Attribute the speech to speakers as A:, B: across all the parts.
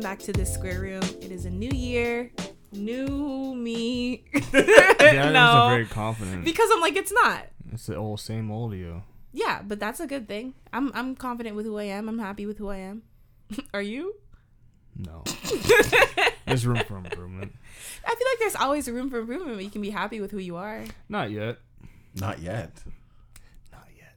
A: back to the square room. It is a new year, new me.
B: Yeah,
A: no,
B: very confident.
A: because I'm like, it's not.
B: it's the old same old you.
A: Yeah, but that's a good thing. I'm I'm confident with who I am. I'm happy with who I am. Are you?
B: No. There's room for improvement.
A: I feel like there's always room for improvement. But you can be happy with who you are.
B: Not yet.
C: Not yet.
B: Not yet.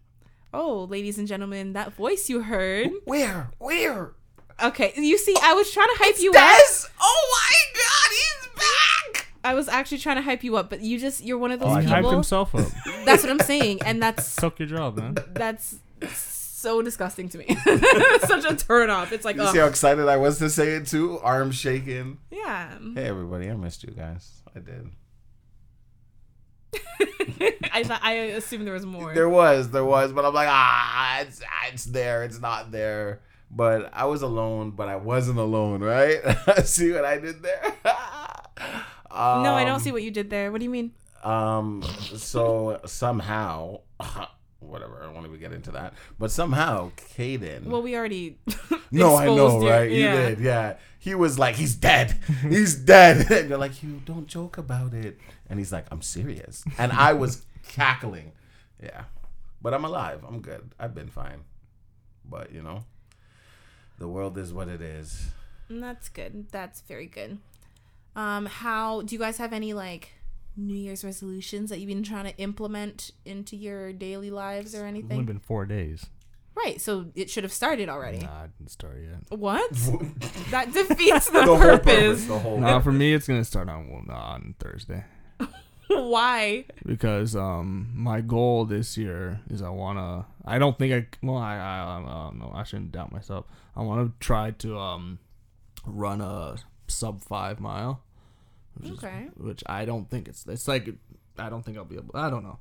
A: Oh, ladies and gentlemen, that voice you heard.
C: Where? Where?
A: Okay, you see, I was trying to hype you up.
C: Des? Oh my God, he's back!
A: I was actually trying to hype you up, but you just you're one of
C: Oh,
A: those
C: I
B: He hyped
A: people.
B: himself up.
A: That's what I'm saying, and that's
B: Suck your job, man.
A: that's so disgusting to me. Such a turn off. It's like,
C: You see how
A: oh,
C: excited I was to say it too? Arms shaking.
A: yeah.
C: Hey everybody, I missed you guys. I did.
A: I thought I assumed there was more.
C: There was, there was, but I'm like, ah, it's ah, it's there, it's not there. But I was alone, but I wasn't alone, right? see what I did there? um,
A: no, I don't see what you did there. What do you mean?
C: Um, so somehow, whatever. I won't even get into that. But somehow, Caden.
A: Well, we already.
C: no, I know,
A: exposed you.
C: right?
A: Yeah.
C: You did, yeah. He was like, he's dead. He's dead. And you're like, you don't joke about it. And he's like, I'm serious. And I was cackling. Yeah. But I'm alive. I'm good. I've been fine. But, you know, the world is what it is.
A: Mm, That's good. That's very good. Um, how do you guys have any like New Year's resolutions that you've been trying to implement into your daily lives or
B: It's only
A: anything?
B: been four days.
A: Right. So it should have started already.
B: Nah, I didn't start yet.
A: What?
C: the
A: That defeats the,
C: whole
A: purpose.
C: purpose. The whole
B: Nah, for me, it's gonna start on well, nah, on Thursday
A: Why?
B: because um my goal this year is I wanna. I don't think I. Well, I I, I don't know. I shouldn't doubt myself. I wanna try to um run a sub five mile. Which is-
A: Okay.
B: which I don't think it's. It's like I don't think I'll be able. I don't know.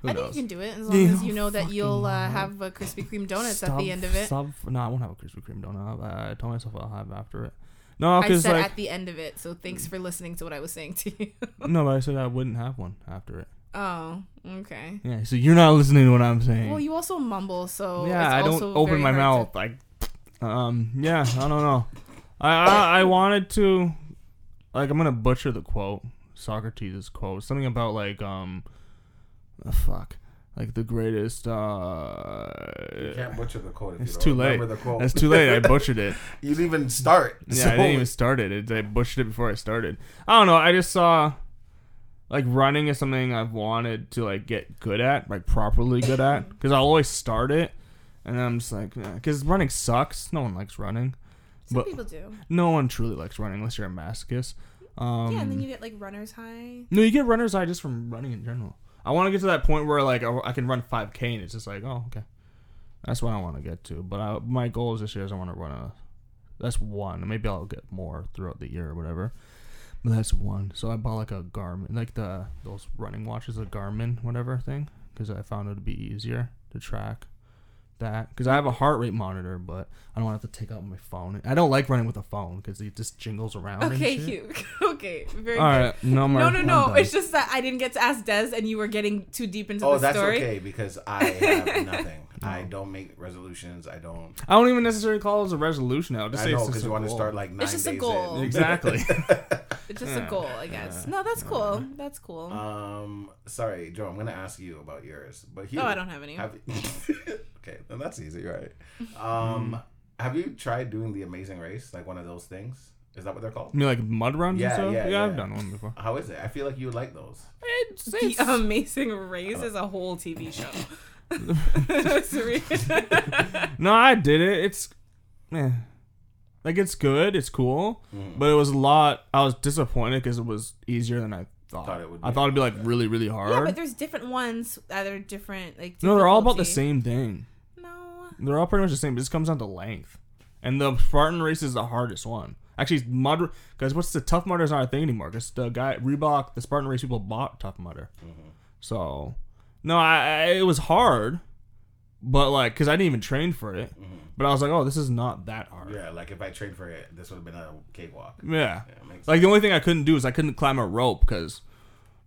B: Who
A: I
B: knows?
A: think you can do it as long
B: Yeah,
A: as you know that
B: fucking
A: you'll uh,
B: not.
A: have a Krispy Kreme donuts
B: Stop-
A: at the end of it.
B: stop- no, I won't have a Krispy Kreme donut. I, I told myself I'll have after it. No,
A: I
B: because
A: said
B: like
A: at the end of it, so thanks for listening to what I was saying to you.
B: no, but I said I wouldn't have one after it.
A: oh, okay.
B: Yeah, so you're not listening to what I'm saying.
A: Well, you also mumble, so
B: yeah,
A: it's
B: I don't
A: also
B: open
A: very
B: my
A: hard
B: mouth. Like, um, yeah, I don't know. I, I I wanted to, like, I'm gonna butcher the quote, Socrates' quote, something about like, um, oh, fuck, like the greatest.
C: You
B: uh
C: can't butcher the quote. If
B: It's
C: you
B: too
C: don't
B: late.
C: Remember the quote.
B: It's too late. I butchered it.
C: you didn't even start.
B: Yeah,
C: So-
B: I didn't even start it. it. I butchered it before I started. I don't know. I just saw like running is something I've wanted to like get good at, like properly good at, because I always start it, and I'm just like, because running sucks. No one likes running.
A: Some
B: but-
A: people do.
B: No one truly likes running unless you're a masochist. Um,
A: yeah, and then you get like runner's high.
B: no, you get runner's eye just from running in general. I want to get to that point where like I, I can run 5k and it's just like, oh, okay, that's what I want to get to. But I, my goal is this year is I want to run a. That's one. Maybe I'll get more throughout the year or whatever. But that's one. So I bought like a Garmin, like the those running watches, a Garmin whatever thing, because I found it to be easier to track that. Because I have a heart rate monitor, but I don't want to have to take out my phone. I don't like running with a phone because it just jingles around. and
A: Okay,
B: shit.
A: Hugh. okay, very
B: All
A: good.
B: right, no more.
A: No, no,
B: I'm
A: no.
B: done.
A: It's just that I didn't get to ask Des, and you were getting too deep into
C: Oh,
A: the
C: that's
A: story.
C: okay because I have nothing. I don't make resolutions. I don't.
B: I don't even necessarily call it a resolution now. Just
C: I
B: say
C: know
B: it's
C: because
B: just
C: you
B: a
C: want to
B: goal.
C: start like nine
A: just a
C: days
A: goal.
C: in.
B: exactly.
A: It's just a goal, I guess. No, that's cool. That's cool.
C: Um, sorry, Joe. I'm gonna ask you about yours, but he,
A: oh, I don't have any.
C: Have okay, then that's easy, right? Um, have you tried doing the Amazing Race, like one of those things? Is that what they're
B: you
C: called?
B: mean like mud runs and
C: Yeah,
B: stuff?
C: yeah,
B: I've
C: yeah.
B: done one before.
C: How is it? I feel like you would like those.
B: It's, Uh.
A: The um, Amazing Race is a whole TV show. Sorry.
B: no, I did it. It's, eh. like it's good. It's cool,
C: Mm.
B: but it was a lot. I was disappointed because it was easier than I thought.
C: Thought it would
B: I
C: be.
B: thought it'd be like really, really hard.
A: yeah, but there's different ones that are different. Like
B: no, they're all about the
A: difficulty.
B: same thing.
A: No,
B: They're all pretty much the same. But it just comes down to length, and the Spartan race is the hardest one. Actually, mud because what's the tough mudder is not a thing anymore. Because the guy Reebok, the Spartan race people bought tough mudder. So no, I, I it was hard, but like because I didn't even train for it. But I was like, oh, this is not that hard.
C: Yeah, like if I trained for it, this would have been a cakewalk.
B: Yeah.
C: Yeah, makes
B: Like the only thing I couldn't do is I couldn't climb a rope because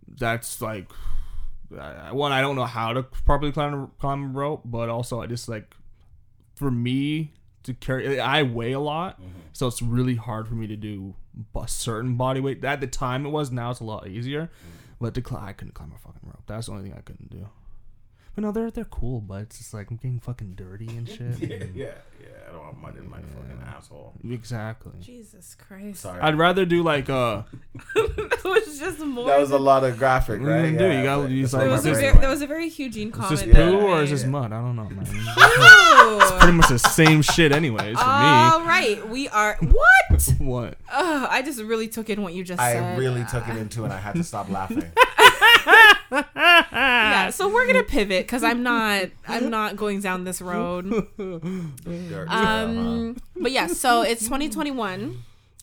B: that's like I- I- one I don't know how to properly climb a, climb a rope, but also I just like for me to carry. I weigh a lot,
C: Mm-hmm.
B: so it's really hard for me to do a certain body weight. At the time, it was. Now it's a lot easier.
C: Mm-hmm.
B: But to climb, I couldn't climb a fucking rope. That's the only thing I couldn't do. But no, they're they're cool. But it's just like I'm getting fucking dirty and shit.
C: Yeah, yeah, yeah. I don't want mud in my fucking asshole.
B: Exactly.
A: Jesus Christ.
C: Sorry.
B: I'd rather do like uh
A: that was just more.
C: that was a lot of graphic,
B: What are you
C: right?
B: gonna do? You gotta
C: but
B: use
C: that's
B: all
A: there was,
B: my
C: where my
A: a
B: brain
A: very,
C: went.
A: there was a very Eugene
B: It's
A: comment.
B: just
C: Yeah.
B: poo or
A: that
B: it's just
A: I-
B: mud? I don't know, man.
A: Ew.
B: Pretty much the same shit, anyways, for me.
A: All right, we are. What?
B: What?
A: Oh, I just really took in what you just
C: I
A: said.
C: really took
A: uh,
C: it into and I had to stop laughing.
A: Yeah, so we're gonna pivot because I'm not. I'm not going down this road.
C: Dirty.
B: uh-huh.
A: Um, but yeah, so it's 2021,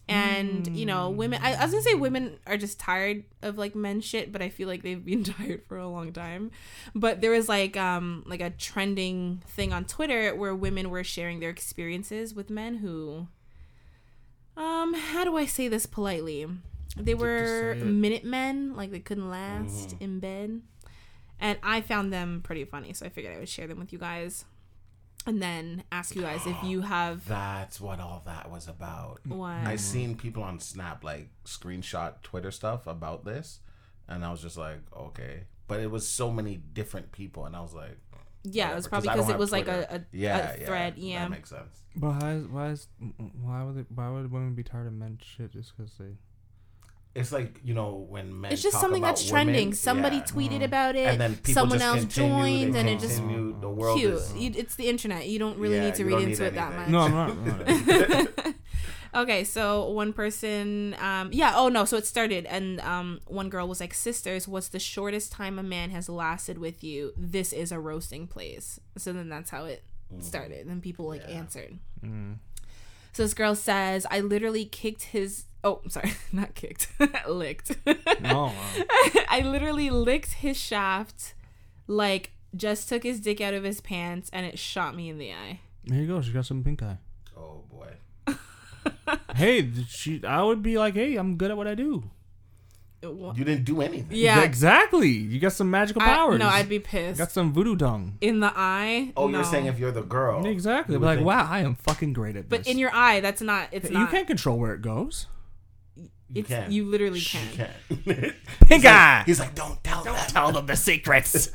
A: and you know, women. I, I was gonna say women are just tired of like men shit, but I feel like they've been tired for a long time. But there was like um like a trending thing on Twitter where women were sharing their experiences with men who, um, how do I say this politely? They were
B: say it. Oh.
A: minute men, like they couldn't last in bed. And I found them pretty funny, so I figured I would share them with you guys. And then ask you guys if you have
C: That's what all that was about.
A: one.
C: I seen people on Snap like screenshot Twitter stuff about this, and I was just like, okay. But it was so many different people, and I was like,
A: yeah, it was
C: whatever,
A: probably
C: I
A: because
C: don't
A: it
C: have
A: was like
C: Twitter.
A: a, a,
C: yeah,
A: a thread.
C: Yeah,
A: Yeah.
C: that makes sense.
B: But why is why is why would why would women be tired of men shit just because they?
C: It's like you know when men.
A: it's just
C: talk
A: something
C: about
A: that's trending.
C: women,
A: Somebody
C: yeah. Mm-hmm.
A: tweeted about it.
C: and then people
A: someone
C: just
A: else
C: continue,
A: joined,
C: they
A: and it just
C: continue, the world
A: cute.
C: is
A: You- it's the internet. You don't really
C: Yeah,
A: need to
C: you
A: read
C: don't
A: into
C: need
A: it that much.
C: anything.
B: No, I'm not. I'm not.
A: okay, so one person, um, yeah, oh no, so it started, and um, one girl was like, "Sisters, what's the shortest time a man has lasted with you? This is a roasting place." So then that's how it
C: Mm.
A: started, and people like answered.
B: Mm.
A: So this girl says, "I literally kicked his." Oh, I'm sorry, not kicked, licked.
B: No, uh,
A: I literally licked his shaft, like just took his dick out of his pants, and it shot me in the eye.
B: there you go. She got some pink eye.
C: Oh boy.
B: Hey, th- she. I would be like, hey, I'm good at what I do.
A: It wa-
C: You didn't do anything.
A: Yeah,
B: exactly. You got some magical
A: I,
B: powers.
A: no, I'd be pissed.
B: got some voodoo dung.
A: in the eye.
C: Oh,
A: No.
C: you're saying if you're the girl.
B: Exactly.
C: you
B: Be
C: would
B: like,
C: think-
B: wow, I am fucking great at
A: but
B: this.
A: in your eye, that's not. It's
B: you
A: not.
B: can't control where it goes.
C: You
A: it's,
C: can't.
A: You literally
C: You
A: can't.
C: can't.
B: Pink eye.
C: He's like, don't tell them.
B: Tell them the secrets.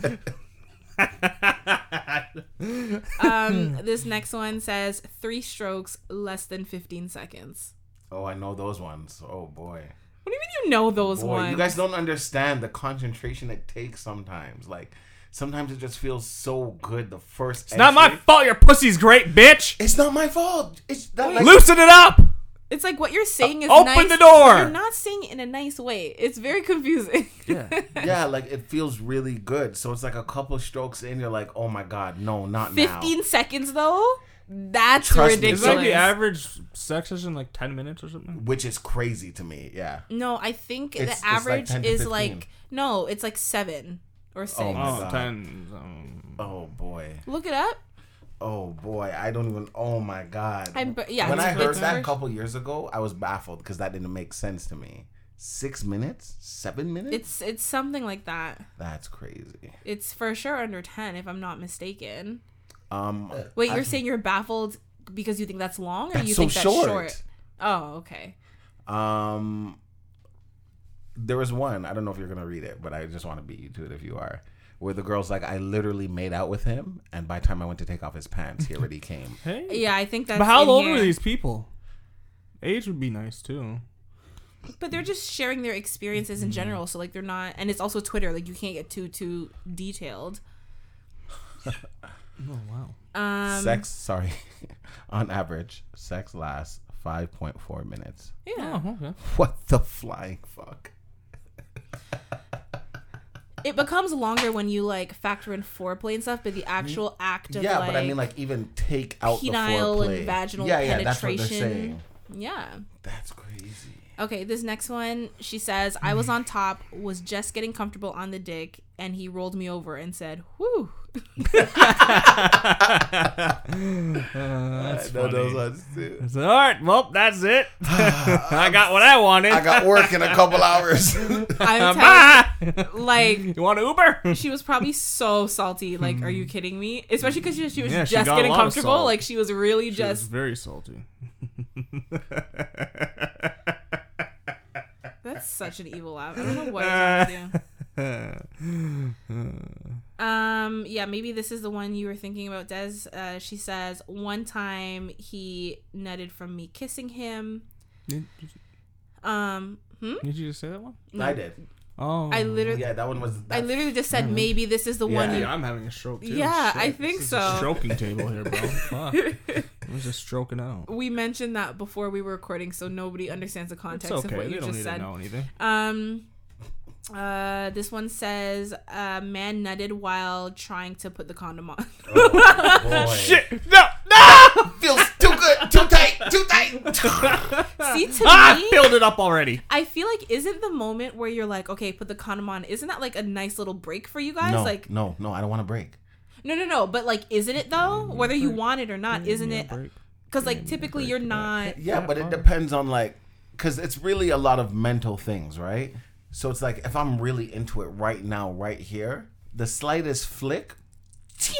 A: Um, this next one says three strokes less than fifteen seconds.
C: Oh, I know those ones. Oh boy.
A: What do you mean you know those
C: Boy,
A: ones?
C: you guys don't understand the concentration it takes sometimes. Like sometimes it just feels so good the first
B: It's not my fault your pussy's great, bitch.
C: It's not my fault. It's not like
B: Loosen it up.
A: it's like what you're saying is
B: Open
A: nice,
B: the door!
A: but You're not saying it in a nice way. It's very confusing.
C: Yeah, like it feels really good. So it's like a couple strokes in, you're like, oh my god, no, not
A: Fifteen
C: now.
A: seconds though. That's
C: Trust me,
A: ridiculous.
B: Is like the average sex session like ten minutes or something?
C: Which is crazy to me. Yeah.
A: no, I think
C: It's- it's
A: the
C: like
A: average
C: 10 to
A: is
C: 15.
A: like no, it's like seven or six.
C: Oh, my
B: Oh,
C: God.
B: 10. um,
C: Oh boy.
A: Look it up.
C: Oh boy. I don't even. Oh my god.
A: I'm bu- yeah,
C: When
A: it's
C: I
A: a
C: heard
A: good
C: that a
A: number.
C: couple years ago, I was baffled because that didn't make sense to me. Six minutes? Seven minutes?
A: It's it's something like that.
C: That's crazy.
A: It's for sure under 10, if I'm not mistaken.
C: Um,
A: Wait, you're
C: I've-
A: saying you're baffled because you think that's long or
C: That's
A: you
C: so
A: think that's
C: short.
A: short. Oh, okay.
C: Um, there was one. I don't know if you're gonna read it, but I just want to beat you to it if you are. Where the girl's like, I literally made out with him, and by the time I went to take off his pants, he already came.
B: Hey.
A: Yeah, I think that's.
B: But how
A: in
B: old
A: here.
B: were these people? Age would be nice too.
A: But they're just sharing their experiences in general. So, like, they're not. And it's also Twitter. Like, you can't get too, too detailed.
B: Oh wow.
A: Um,
C: sex, sorry, on average, sex lasts five point four minutes.
A: Yeah.
B: Oh, okay.
C: What the flying fuck?
A: It becomes longer when you, like, factor in foreplay and stuff, but the actual act of.
C: Mm-hmm. yeah,
A: like,
C: but I mean, like even take out
A: penile
C: the
A: and
C: foreplay.
A: vaginal
C: yeah, yeah, that's what they're
A: penetration.
C: saying.
A: Yeah.
C: That's crazy.
A: Okay, this next one, she says, I was on top, was just getting comfortable on the dick, and he rolled me over and said, Whew.
B: that's
C: I know those
B: Uh, funny.
C: ones too.
B: So, all right, well, that's it. I got what I wanted.
C: I got work in a couple hours.
A: I'm telling
B: Bye.
A: like
B: You want an Uber?
A: she was probably so salty. Like, are you kidding me? Especially because she, she was
B: Hmm. Yeah, she
A: just
B: got a
A: getting
B: lot of
A: comfortable.
B: salt.
A: Like, she was really just.
B: very salty.
A: That's such an evil laugh. I don't know what you're trying to do. Um, yeah, maybe this is the one you were thinking about, Des. Uh, she says one time he nutted from me kissing him.
B: Did,
A: Um, hmm?
B: did you just say that one?
C: I did.
B: Oh, Mm-hmm.
A: I literally,
C: Yeah, that one was.
A: I literally just said maybe this is the one.
C: Yeah,
A: You,
B: I'm having a stroke too.
A: Yeah,
B: Shit,
A: I think
B: this is
A: so.
B: A stroking table here, bro. Fuck. I was just stroking out.
A: We mentioned that before we were recording, so nobody understands the
B: It's
A: context of
B: okay.
A: what
B: They
A: you
B: don't
A: just
B: need
A: said.
B: to know anything.
A: Um, uh, this one says, uh, "Man nutted while trying to put the condom on."
C: boy.
B: No. No.
C: feels too good, too tight, too tight.
A: See, to
B: Ah,
A: me,
B: I filled it up already.
A: I feel like isn't the moment where you're like, okay, put the condom on, isn't that like a nice little break for you guys?
C: no,
A: Like,
C: no, no, I don't want to break.
A: no, no, no. But like, isn't it though? Whether you want it or not, isn't it? Because like typically you're not.
C: Yeah, but it depends on like, because it's really a lot of mental things, right? So it's like if I'm really into it right now, right here, the slightest flick, ting,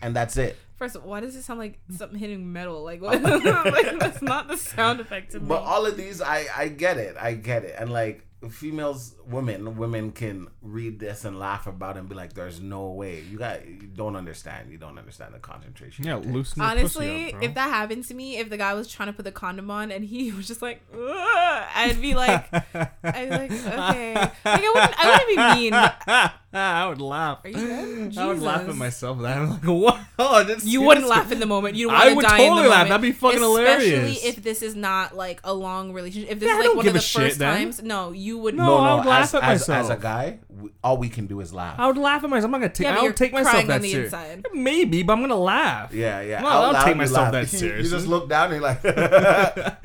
C: and that's it.
A: First of all, why does it sound like something hitting metal? Like, what? like that's not the sound effect to me.
C: But all of these, I I get it, I get it, and like females, women, women can read this and laugh about it and be like, "There's no way you got, you don't understand, you don't understand the concentration."
B: Yeah,
C: it takes."
B: loosen your
A: Honestly,
B: pussy up, bro.
A: if that happened to me, if the guy was trying to put the condom on and he was just like, "Ugh," I'd be like, I'd be like, okay. Like I wouldn't, I wouldn't be mean. Are
B: I would laugh.
A: you good?
B: I would laugh at
A: Jesus.
B: myself. That I'm like, what? Oh, I didn't
A: You
B: see
A: wouldn't
B: this
A: laugh in the moment. You'd
B: I
A: want to
B: would
A: die in
B: totally
A: the
B: laugh.
A: moment.
B: That'll be fucking
A: Especially
B: hilarious.
A: if this is not like a long relationship. If this
B: Yeah, I
A: is like
B: don't
A: one of
B: give
A: the
B: a shit
A: first
B: then.
A: times, no, you would.
B: No, I would Oh, laugh
C: as,
B: at
C: as-
B: myself.
C: As a guy, we, all we can do is laugh.
B: I would laugh at myself. I'm not gonna take.
A: Yeah, but
B: I
A: you're
B: don't take myself
A: crying
B: that
A: on the
B: serious.
A: inside.
B: Maybe, but I'm gonna laugh.
C: Yeah, yeah.
B: Well, I
C: Out
B: don't
C: loud,
B: take
C: you
B: myself
C: laugh.
B: that
C: You- You just
B: seriously.
C: look down and you're like,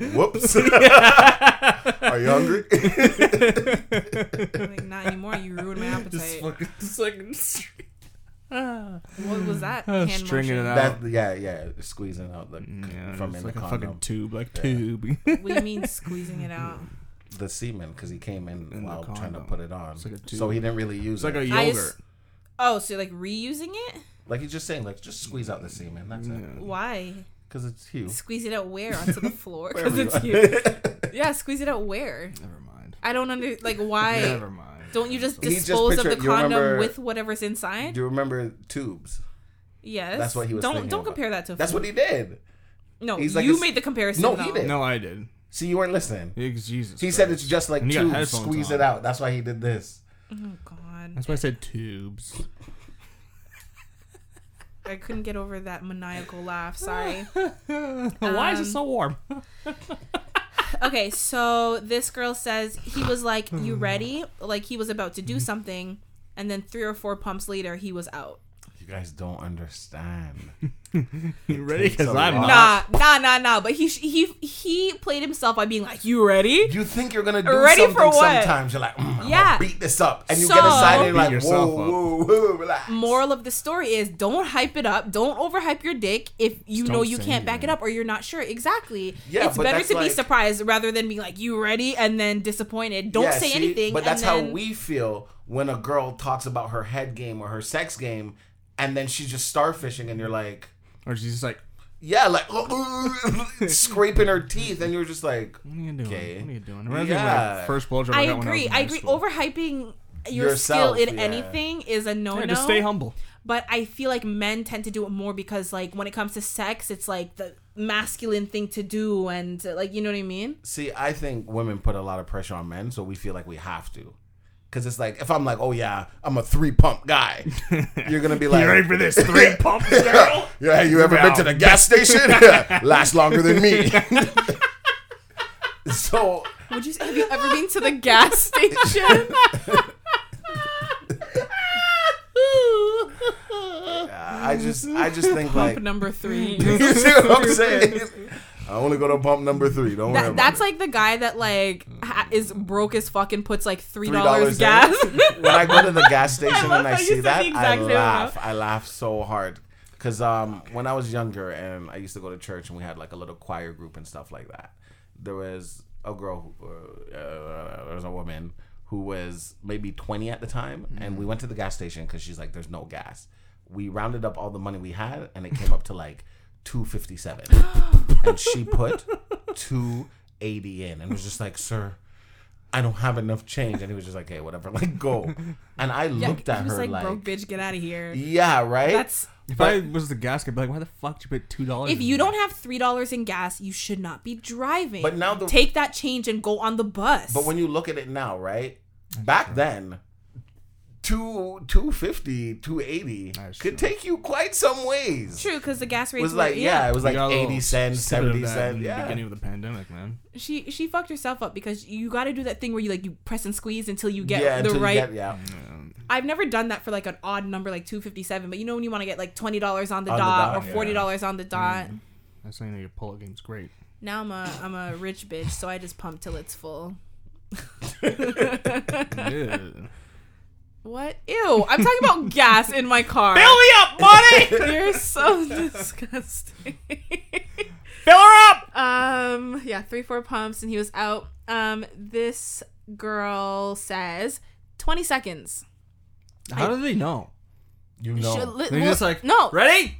C: whoops. Are you hungry?
A: Like, not anymore. You ruined my
B: Just
A: appetite.
B: fucking, just like, Ah.
A: What was that?
B: Uh,
A: Hand
B: stringing it
A: motion?
B: out.
C: that, yeah, yeah. Squeezing out the
B: Mm, yeah,
C: from in
B: it's like
C: the
B: a
C: condom.
B: fucking tube, like tube.
A: What do you mean squeezing it out?
C: the semen because he came in,
B: In the
C: while trying to
B: condom.
C: put it on.
B: like a
C: so
B: tube.
C: he didn't really
B: it's
C: use
B: like a
C: it. Like,
A: I
B: yogurt.
A: s- Oh, so like reusing it?
C: he's just saying, like, just squeeze out the semen. That's it.
B: Yeah.
A: Why?
C: Because it's huge.
A: Squeeze it out where? Onto the floor? Because
C: Wherever
A: it's
C: you are.
A: huge. Yeah, squeeze it out where?
B: Never mind.
A: I don't under like why.
B: Never mind.
A: Don't you just
C: He just
A: dispose of the
C: pictured- you
A: condom
C: remember-
A: with whatever's inside?
C: Do you remember tubes?
A: Yes.
C: That's what he was
A: Don't
C: thinking
A: don't
C: about.
A: compare that to. a
C: That's
A: food.
C: what he did.
A: No,
C: he's like
A: you
C: it's-
A: made the comparison.
C: No,
A: though.
C: he didn't.
B: No, I did.
C: See, you weren't listening.
B: Yeah, Jesus.
C: He
B: Christ.
C: said it's just like
B: And you got
C: tubes.
B: headphones
C: Squeeze
B: on.
C: it out. That's why he did this.
A: Oh God,
B: That's why I said tubes.
A: I couldn't get over that maniacal laugh. Sorry.
B: why is
A: Um,
B: it so warm?
A: Okay, so this girl says he was like, "You
C: Hmm.
A: ready?" Like he was about to do something, and then three or four pumps later, he was out.
C: You guys don't understand.
B: you ready?
C: takes a
B: Because I'm
C: lot.
B: not.
A: Nah, nah, nah, nah. But he he he played himself by being like, "You ready?"
C: You think you're gonna do
A: Ready for
C: something
A: what?
C: sometimes. You're like, mm, I'm
A: Yeah.
C: gonna beat this up, and you
A: So-
C: get
B: Beat
C: excited. You're like, whoa,
B: yourself up.
C: whoa, whoa, relax.
A: Moral of the story is: Don't hype it up. Don't overhype your dick if you know
B: don't
A: you
B: say
A: can't back it
B: anything.
A: up or you're not sure. Exactly.
C: Yeah,
A: it's
C: but
A: better
C: that's
A: to be
C: like-
A: surprised rather than be like, "You ready?" and then disappointed. Don't
C: Yeah,
A: say
C: see?
A: anything.
C: But that's
A: and
C: how
A: then-
C: we feel when a girl talks about her head game or her sex game, and then she's just starfishing, and you're like,
B: Or she's just like,
C: yeah, like scraping her teeth, and you're just like,
B: what are you doing?
C: Okay.
B: What are you doing? Reminds me of
C: Yeah.
B: my first blowjob.
A: I
B: got when
A: agree.
B: was in
A: I
B: high
A: agree.
B: school.
A: Overhyping your
C: Yourself,
A: skill in
C: yeah.
A: anything is a no
B: Yeah,
A: no.
B: just stay humble.
A: But I feel like men tend to do it more because, like, when it comes to sex, it's like the masculine thing to do, and uh, like, you know what I mean?
C: see, I think women put a lot of pressure on men, so we feel like we have to. Cause it's like if I'm like, oh yeah, I'm a three pump guy, you're gonna be like,
B: You ready for this three pump, girl?
C: Yeah, have you ever been to the gas station? Last longer than me. so
A: Would you have you ever been to the gas station?
C: I just, I just think like,
A: Pump number three.
C: you see what I'm saying? I only go to pump number three. Don't worry.
A: That,
C: about
A: that's
C: it.
A: like the guy that like ha- is broke as fuck and puts like three
C: $3
A: dollars
C: Mm. in.
A: gas.
C: when I go to the gas station
A: I love
C: and I
A: how you
C: see
A: said
C: that,
A: the
C: I
A: exact same
C: laugh. I laugh so hard. Cause um, when I was younger and I used to go to church and we had like a little choir group and stuff like that, there was a girl, who, uh, there was a woman who was maybe 20 at the time,
A: Mm.
C: and we went to the gas station because she's like, "There's no gas." We rounded up all the money we had, and it came up to like 257, and she put 280 in, and was just like, "Sir." I don't have enough change. And he was just like, hey, whatever, like go. And I looked at
A: He was
C: her like,
A: like, broke bitch, get out of here.
C: yeah, right?
A: That's
B: If I was the gas, I'd be like, why the fuck did you put two dollars?
A: if you don't have three dollars in gas, you should not be driving.
C: But now the-
A: take that change and go on the bus.
C: but when you look at it now, right? Back then, two 250, 280
B: That's
C: could
B: true.
C: take you quite some ways.
A: true, because the gas
C: It
A: rates
C: was
A: were-
C: like, yeah, it was like
B: We got a
C: 80
B: little
C: cents,
B: snippet of
C: 70
B: that
C: cents.
B: in the
C: Yeah.
B: beginning of the pandemic, man.
A: She she fucked herself up because you got to do that thing where you like you press and squeeze until you get
C: yeah,
A: the
C: until you
A: right.
C: get- yeah.
A: I've never done that for like an odd number like two fifty seven, but you know when you want to get like twenty dollars on the
C: On the
A: dot
C: dot,
A: or
C: yeah.
A: forty dollars on
B: Mm.
A: the dot.
B: That's something that your pull-up game's great.
A: Now I'm a I'm a rich bitch, so I just pump till it's full.
B: Ew.
A: What? Ew! I'm talking about gas in my car.
B: up, buddy.
A: You're so disgusting.
B: Fill her up.
A: um, yeah, three four pumps, and he was out. Um, this girl says twenty seconds.
B: How do they know?
C: You
A: Should
C: know.
A: li-
B: They're
A: well,
B: just like,
A: no,
B: ready?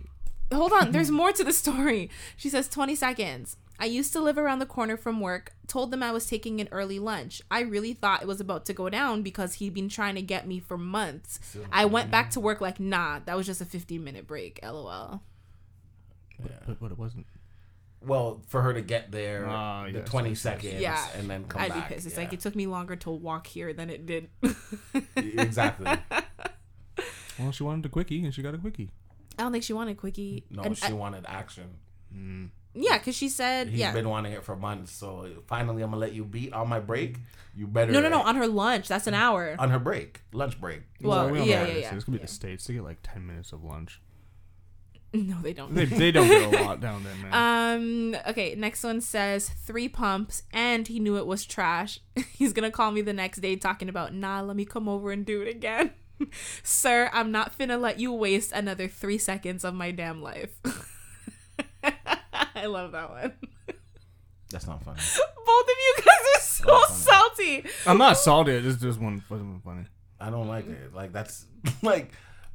A: hold on. There's more to the story. She says 20 seconds. I used to live around the corner from work. Told them I was taking an early lunch. I really thought it was about to go down because he'd been trying to get me for months. I went back to work like, nah, that was just a 15 minute break. LOL.
B: But, but it wasn't.
C: Well, for her to get there,
B: Ah,
C: the
B: yes,
C: 20
B: yes, yes.
C: seconds,
A: Yeah,
C: and then come
A: I'd
C: back.
A: be pissed. It's
C: yeah.
A: like it took me longer to walk here than it did.
C: E-, exactly.
B: Well, she wanted a quickie and she got a quickie.
A: I don't think she wanted quickie.
C: No,
A: And
C: she
A: I-
C: wanted action.
A: yeah, because she said,
C: He's
A: yeah.
C: been wanting it for months, so finally I'm gonna let you beat on my break. You better
A: No, no, no. On her lunch. That's an hour.
C: on her break, lunch break.
A: Well,
B: we don't
A: yeah,
B: know what
A: yeah,
B: it is.
A: yeah.
B: It's gonna be the states. They get like ten minutes of lunch.
A: No, they don't.
B: They, they don't get a lot down there, man.
A: Um. Okay. Next one says three pumps, and he knew it was trash. He's gonna call me the next day talking about nah. Let me come over and do it again, sir. I'm not finna let you waste another three seconds of my damn life. I love that one.
C: That's not funny.
A: Both of you guys are so salty.
B: I'm not salty. This this one wasn't funny.
C: I don't like it. Like that's like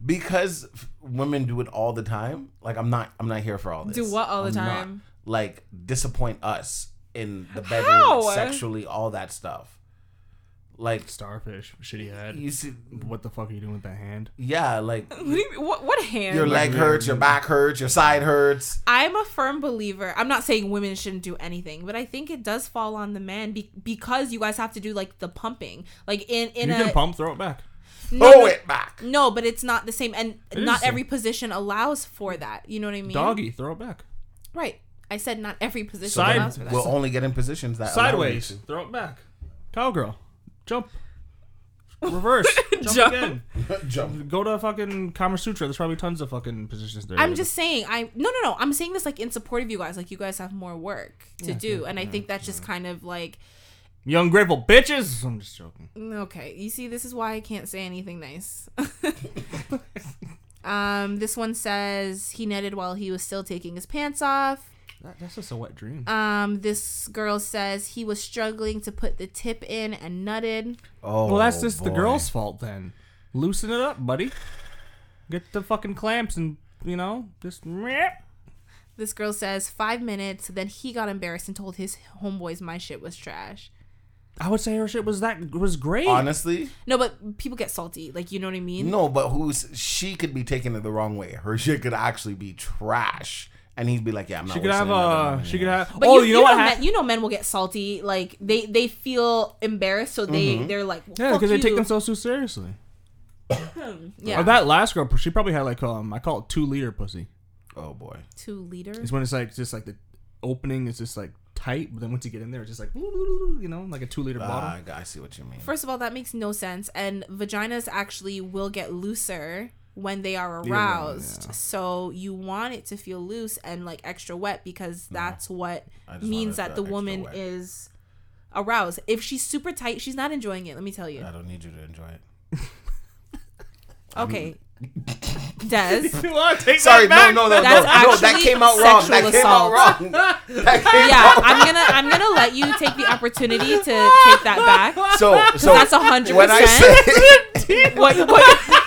C: because f- women do it all the time. Like I'm not. I'm not here for all this.
A: Do what all the
C: I'm not.
A: time?
C: like disappoint us in the bedroom,
A: How?
C: sexually, all that stuff. Like
B: Starfish, shitty head.
C: you see,
B: What the fuck are you doing with that hand?
C: yeah. Like
A: What? Do you, mean- what, what hand?
C: your leg hurts, your back hurts, your side hurts.
A: I'm a firm believer. I'm not saying women shouldn't do anything, but I think it does fall on the man be- because you guys have to do like the pumping, like in in
B: you
A: a
B: can pump, Oh, throw it back.
A: no,
C: Throw
A: no,
C: it back.
A: No, but it's not the same, and
B: is
A: not
B: the same.
A: every position allows for that. You know what I mean?
B: Doggy, throw it back.
A: Right. I said not every position
B: Side-
A: allows for that.
C: We'll only get in positions that allow you
B: Sideways,
C: to.
B: throw it back. Cowgirl, jump. Reverse, jump,
A: Jump.
B: again.
C: Jump.
B: Go to fucking Kama Sutra. There's probably tons of fucking positions there.
A: I'm just saying. I no, no, no. I'm saying this like in support of you guys. Like you guys have more work to do, and I think that's just kind of like mm,
B: you ungrateful bitches. I'm just joking.
A: okay. You see, this is why I can't say anything nice. um, this one says he netted while he was still taking his pants off.
B: That, that's just a wet dream.
A: Um, this girl says he was struggling to put the tip in and nutted.
C: Oh,
B: well, that's just the
C: boy.
B: girl's fault then. Loosen it up, buddy. Get the fucking clamps and you know just. Meh.
A: This girl says five minutes. Then he got embarrassed and told his homeboys my shit was trash.
B: I would say her shit was that was great.
C: Honestly,
A: No, but people get salty. Like you know what I mean?
C: no, but who's she could be taking it the wrong way. Her shit could actually be trash, and he'd be like, "Yeah, I'm not."
B: she could
C: wasting
B: have
C: another
B: uh
C: one
B: She
C: here."
B: could have.
A: But
B: oh, you, know what?
A: Men,
B: happened?
A: you know, men will get salty. Like they they feel embarrassed, so they they're like, well,
B: Mm-hmm. yeah, because they take
A: them.
B: themselves too seriously.
A: yeah,
B: Or that last girl, she probably had like um, I call it two liter pussy.
C: Oh boy,
A: two liters.
B: It's when it's like just like the opening is just like tight, but then once you get in there, it's just like you know, like a two liter
C: Ah,
B: bottle.
C: I got- I see what you mean.
A: First of all, that makes no sense. And vaginas actually will get looser when they are
B: Yeah, yeah.
A: aroused. So you want it to feel loose and like extra wet because that's what
C: Mm-hmm. I just want
A: means
C: it
A: that
C: to
A: the
C: extra
A: woman
C: wet.
A: is aroused. If she's super tight, she's not enjoying it. Let me tell you.
C: I don't need you to enjoy it.
A: Okay. Des.
B: You want to take
C: Sorry,
B: that back?
C: no, no, no, no, no.
A: That's
C: That
A: actually
C: came out wrong.
A: sexual
C: That came out wrong. That came
A: Yeah, I'm gonna I'm gonna let you take the opportunity to take that back.
C: So, so
A: That's a hundred
C: when I
A: percent.
C: say
A: What what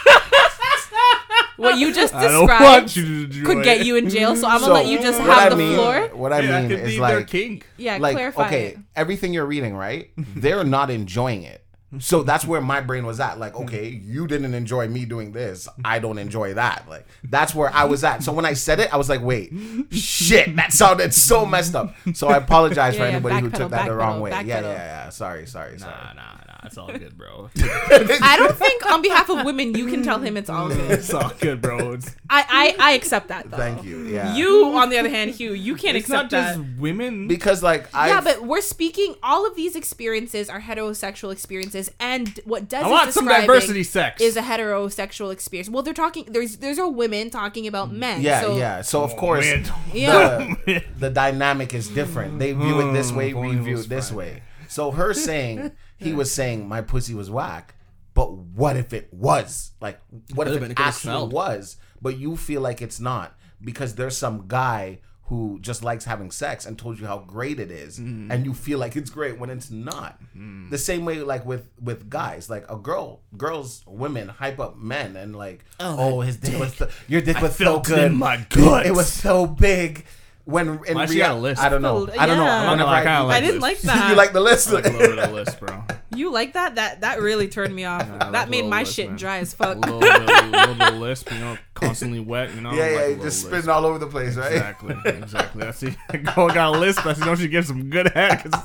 A: what you just
B: I don't want
A: described
B: you to enjoy
A: could get you in jail, so I'm gonna
C: so,
A: let you just
C: what I
A: have the
C: mean,
A: floor.
C: What I
B: Yeah, that
C: mean
B: could
C: is
B: be their
C: like,
B: kink.
A: Yeah,
C: like
A: clarify
C: okay,
A: it.
C: everything you're reading, right? They're not enjoying it. So that's where my brain was at. Like, okay, you didn't enjoy me doing this. I don't enjoy that. Like, that's where I was at. So when I said it, I was like, wait, shit, that sounded so messed up. So I apologize
A: Yeah,
C: for
A: yeah,
C: anybody who
A: backpedal,
C: took that the wrong
A: backpedal,
C: way. Yeah,
A: backpedal.
C: yeah, yeah. Sorry, sorry, sorry.
B: Nah, nah, nah. It's all good, bro.
A: I don't think on behalf of women you can tell him it's all good.
B: it's all good, bro. It's,
A: I I, I accept that though.
C: Thank you. Yeah.
A: You on the other hand, Hugh, you can't
B: it's not
A: accept that.
B: just women.
C: because like I
A: yeah, but we're speaking. All of these experiences are heterosexual experiences, and what does
B: I want some diversity sex.
A: is a heterosexual experience. Well, they're talking. There's there's a women talking about men.
C: Mm. yeah,
A: so,
C: yeah. So of course,
B: man.
A: yeah.
C: the, the dynamic is different. They view it this way, we view it this way. So her saying he was saying my pussy was whack, but what if it was? Like what
B: Could've
C: if
B: been, it
C: it
B: could've
C: actually
B: smelled.
C: was? But you feel like it's not because there's some guy who just likes having sex and told you how great it is
B: Mm.
C: and you feel like it's great when it's not. The same way like with with guys, like a girl, girls, women hype up men and like oh, his dick, was so- your dick was so
B: felt it in
C: good.
B: my
C: It- It
B: guts."
C: was so big. When in
B: Why she
C: rea-
B: got a lisp?
C: I don't know.
A: Well,
C: I don't know.
A: yeah.
B: I don't know, I
C: Whenever
B: kinda
A: I
B: like
A: didn't
B: this.
A: like that.
C: you like the list.
B: like lower the list, bro.
A: you like that? That that really turned me off. that
B: that's
A: made
B: a
A: my
B: little
A: shit
B: less,
A: dry as fuck.
B: Lower the, lower the lisp, you know, constantly wet, you know.
C: yeah,
B: like a
C: yeah, you
B: little
C: just
B: lisp.
C: spitting all over the place, right?
B: Exactly, exactly. That's the girl got a lisp. That's don't you give some good heck?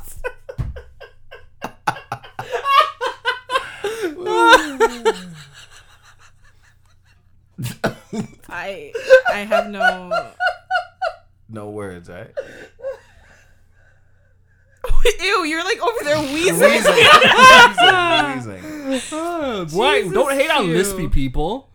A: I I have no.
C: No words, right?
A: Ew, you're like over there wheezing.
C: Wheezing, wheezing, wheezing.
B: Why? Don't hate on
A: Jesus, you.
B: lispy people.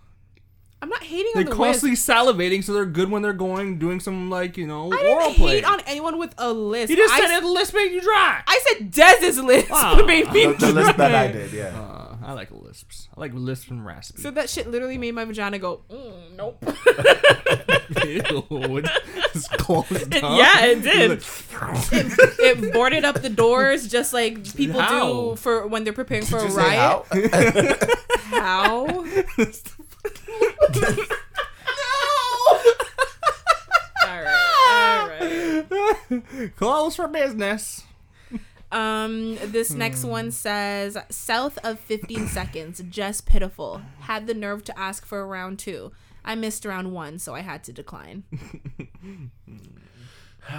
A: I'm not hating
B: They're
A: on the list.
B: constantly salivating, so they're good when they're going doing some like you know
A: I
B: oral
A: didn't
B: play.
A: hate on anyone with a list.
B: you just
A: I,
B: said it. Lisp made you dry.
A: I said Dez's list
B: Ah.
A: made me
C: The, the list that I
A: dry.
C: did, yeah.
B: Uh, I like lisps. I like lisps and raspy.
A: So that shit literally made my vagina go, mm, nope.
B: Ew, it's closed
A: It-
B: up.
A: yeah, it did.
B: Like,
A: it boarded up the doors just like people
B: How?
A: do for when they're preparing for a
C: Did you say
A: riot.
C: how?
A: How? All right.
B: Close for business.
A: All right. Um, this next one says, south of 15 seconds, just pitiful. Had the nerve to ask for a round two. I missed round one, so I had to decline. you know,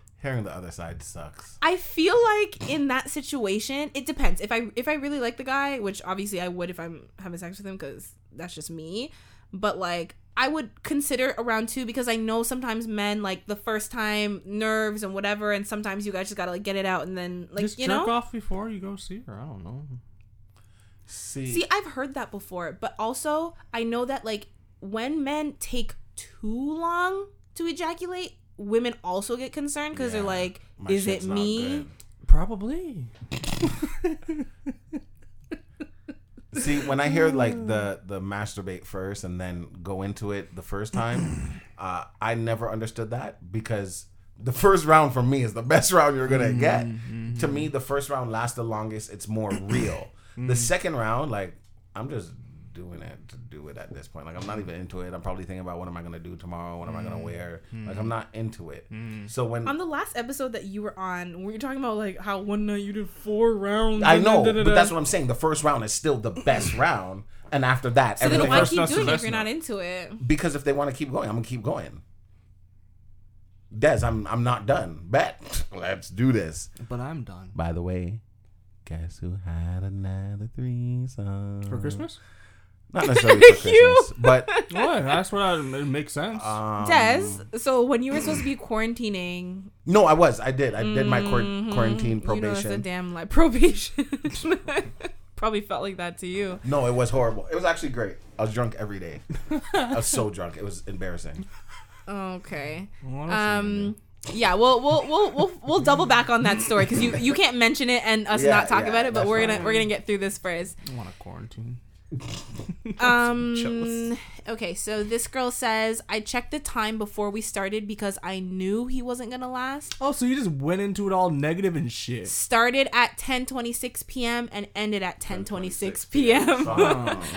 C: Hearing the other side sucks.
A: I feel like in that situation, it depends. If I if I really like the guy, which obviously I would if I'm having sex with him because that's just me. But like I would consider a round two because I know sometimes men like the first time nerves and whatever, and sometimes you guys just gotta like get it out and then like
B: Just
A: you
B: jerk
A: know.
B: off before you go see her. I don't know.
C: See,
A: See, I've heard that before, but also I know that like when men take too long to ejaculate, women also get concerned because they're
C: Yeah.
A: like,
C: my
A: is it
C: shit's not
A: me?
B: Probably.
C: good. See, when I hear like the the masturbate first and then go into it the first time, uh, I never understood that because the first round for me is the best round you're gonna get. To me, the first round lasts the longest. It's more real. the second round, like I'm just doing it to do it at this point. Like I'm not even into it. I'm probably thinking about what am I gonna do tomorrow? What am I gonna wear? Like I'm not into it. So when
A: on the last episode that you were on, we were talking about like how one night you did four rounds.
C: I know,
A: da, da, da,
C: but
A: da.
C: that's what I'm saying. The first round is still the best round, and after that,
A: So then
C: everything
A: why
B: First
A: keep
B: nuts is
A: doing it if
B: best
A: you're not
B: nut.
A: into it?
C: because if they want to keep going, I'm gonna keep going. Des, I'm I'm not done. Bet. Let's do this.
B: But I'm done.
C: By the way, guess who had another threesome
B: For Christmas?
C: Not necessarily for
A: You.
C: Christmas, but
B: What? That's what I, it makes sense.
C: um,
A: Des, so when you were supposed to be quarantining,
C: No, I was. I did. I did my quar- quarantine
A: Mm-hmm. you know that's a
C: probation.
A: damn lie. Probation. Probably felt like that to you.
C: no, it was horrible. It was actually great. I was drunk every day. I was so drunk. It was embarrassing.
A: Okay.
B: Well, what else you gonna
A: Um, Yeah, we'll we'll we'll we'll, we'll double back on that story because you you can't mention it and us
C: Yeah,
A: not talk
C: yeah,
A: about it. But
C: that's
A: we're
C: fine.
A: gonna we're gonna get through this first.
B: I want to quarantine.
A: Um. Okay, so this girl says I checked the time before we started because I knew he wasn't gonna last.
B: Oh, so you just went into it all negative and shit.
A: started at 10:26 p.m. and ended at 10:26 p.m.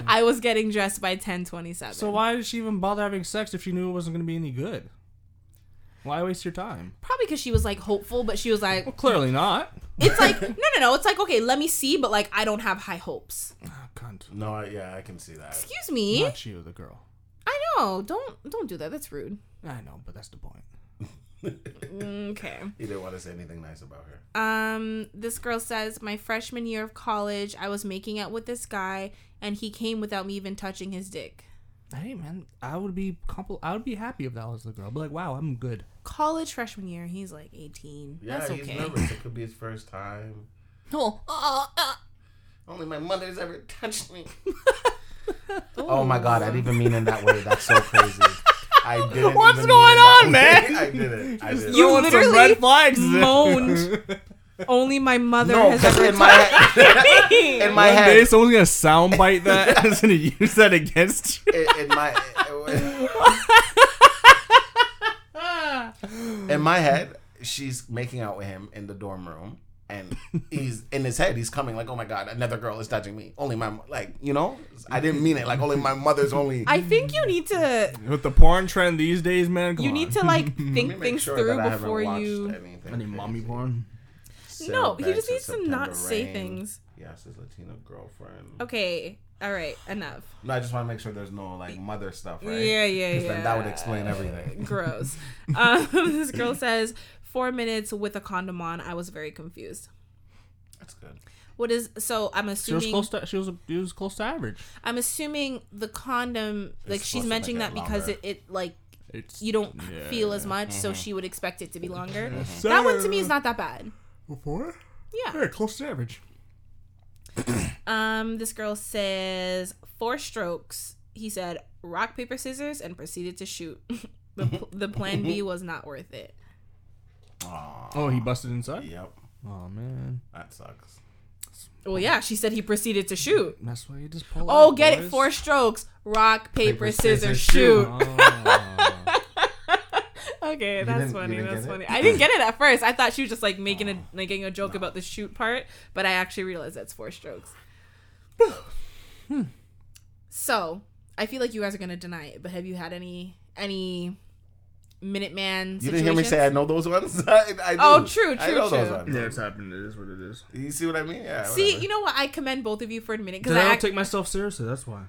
A: I was getting dressed by 10:27.
B: So why did she even bother having sex if she knew it wasn't going to be any good? Why waste your time?
A: probably cuz she was like hopeful, but she was like
B: Clearly not.
A: it's like no no no, it's like okay, let me see, but like I don't have high hopes.
B: Ah, cunt.
C: No, I, yeah, I can see that.
A: Excuse me.
B: Not you, the girl.
A: I know. Don't don't do that. That's rude.
B: I know, but that's the point.
A: Okay.
C: He didn't want to say anything nice about her.
A: Um, this girl says, My freshman year of college, I was making out with this guy, and he came without me even touching his dick.
B: Hey, man, I would be compl- I would be happy if that was the girl. I'd be like, wow, I'm good.
A: College freshman year, he's like 18.
C: Yeah,
A: That's
C: he's
A: okay.
C: nervous. It could be his first time.
A: Oh, uh, uh.
C: Only my mother's ever touched me. oh my god, I didn't even mean in that way. That's so crazy. I didn't.
B: What's
C: even mean
B: going
C: in that
B: on,
C: way.
B: man?
C: I didn't. I didn't.
A: You
B: Throwing some
A: literally
B: flags. there.
A: moaned. Only my mother
C: no,
A: has
C: 'cause
A: ever
C: in my head,
A: me.
C: in my
B: One day
C: head,
B: someone's gonna soundbite that and is gonna use that against you.
C: in, in my in my head, she's making out with him in the dorm room, and he's in his head. He's coming like, "Oh my god, another girl is touching me." Only my mo- like, you know, I didn't mean it. Like, only my mother's only.
A: I think you need to
B: With the porn trend these days, man, come
A: you
B: on.
A: need to like
C: Let me
A: think
C: make
A: things
C: sure
A: through
C: that I haven't
A: before
C: watched
A: you.
C: anything
B: Any mommy
C: crazy.
B: porn?
A: No, he just
C: Silverbacks of
A: needs to not
C: September
A: say
C: Rain.
A: things.
C: Yes, his Latino girlfriend.
A: Okay, all right, enough.
C: No, I just want to make sure there's no like mother stuff, right?
A: Yeah, yeah,
C: 'Cause Then that would
A: yeah.
C: explain everything.
A: Gross. um, this girl says four minutes with a condom on. I was very confused.
C: That's good.
A: What is so? I'm
B: She was
A: assuming
B: close to she was, she was close to average.
A: I'm assuming the condom like
C: supposed
A: she's
C: to make
A: mentioning
C: it
A: that because
C: longer.
A: it, it like
B: It's
A: you don't
B: Yeah.
A: feel as much, so she would expect it to be longer. That one to me is not that bad.
B: before?
A: Yeah.
B: Yeah, close to average.
A: Um, this girl says four strokes. He said rock paper scissors and proceeded to shoot. the pl- The plan B was not worth it.
C: Aw,
B: Oh, he busted inside?
C: yep,
B: Oh man.
C: that sucks.
A: Well, yeah, she said he proceeded to shoot.
B: That's why you just pull
A: Oh,
B: out,
A: get it?
B: boys.
A: Four strokes. Rock paper,
C: Paper,
A: scissors, shoot.
C: scissors,
B: Oh.
A: Okay,
C: didn't-
A: that's
C: you
A: funny.
C: didn't
A: That's
C: get it? Oh.
A: funny. I didn't get it at first. I thought she was just like making a making a joke about the shoot part, but I actually realized that's four strokes. Hmm. So I feel like you guys are gonna deny it, but have you had any any Minuteman?
C: You didn't hear me say I
A: situations?
C: know those ones. I, I do.
A: Oh, true,
C: I
A: true,
C: know those
A: true.
C: ones.
B: yeah, it's happened. It is what it is.
C: You see what I mean? Yeah.
A: See,
C: whatever.
A: you know what? I commend both of you for admitting because
B: Because
A: I,
B: I don't
A: act-
B: take myself seriously. That's why.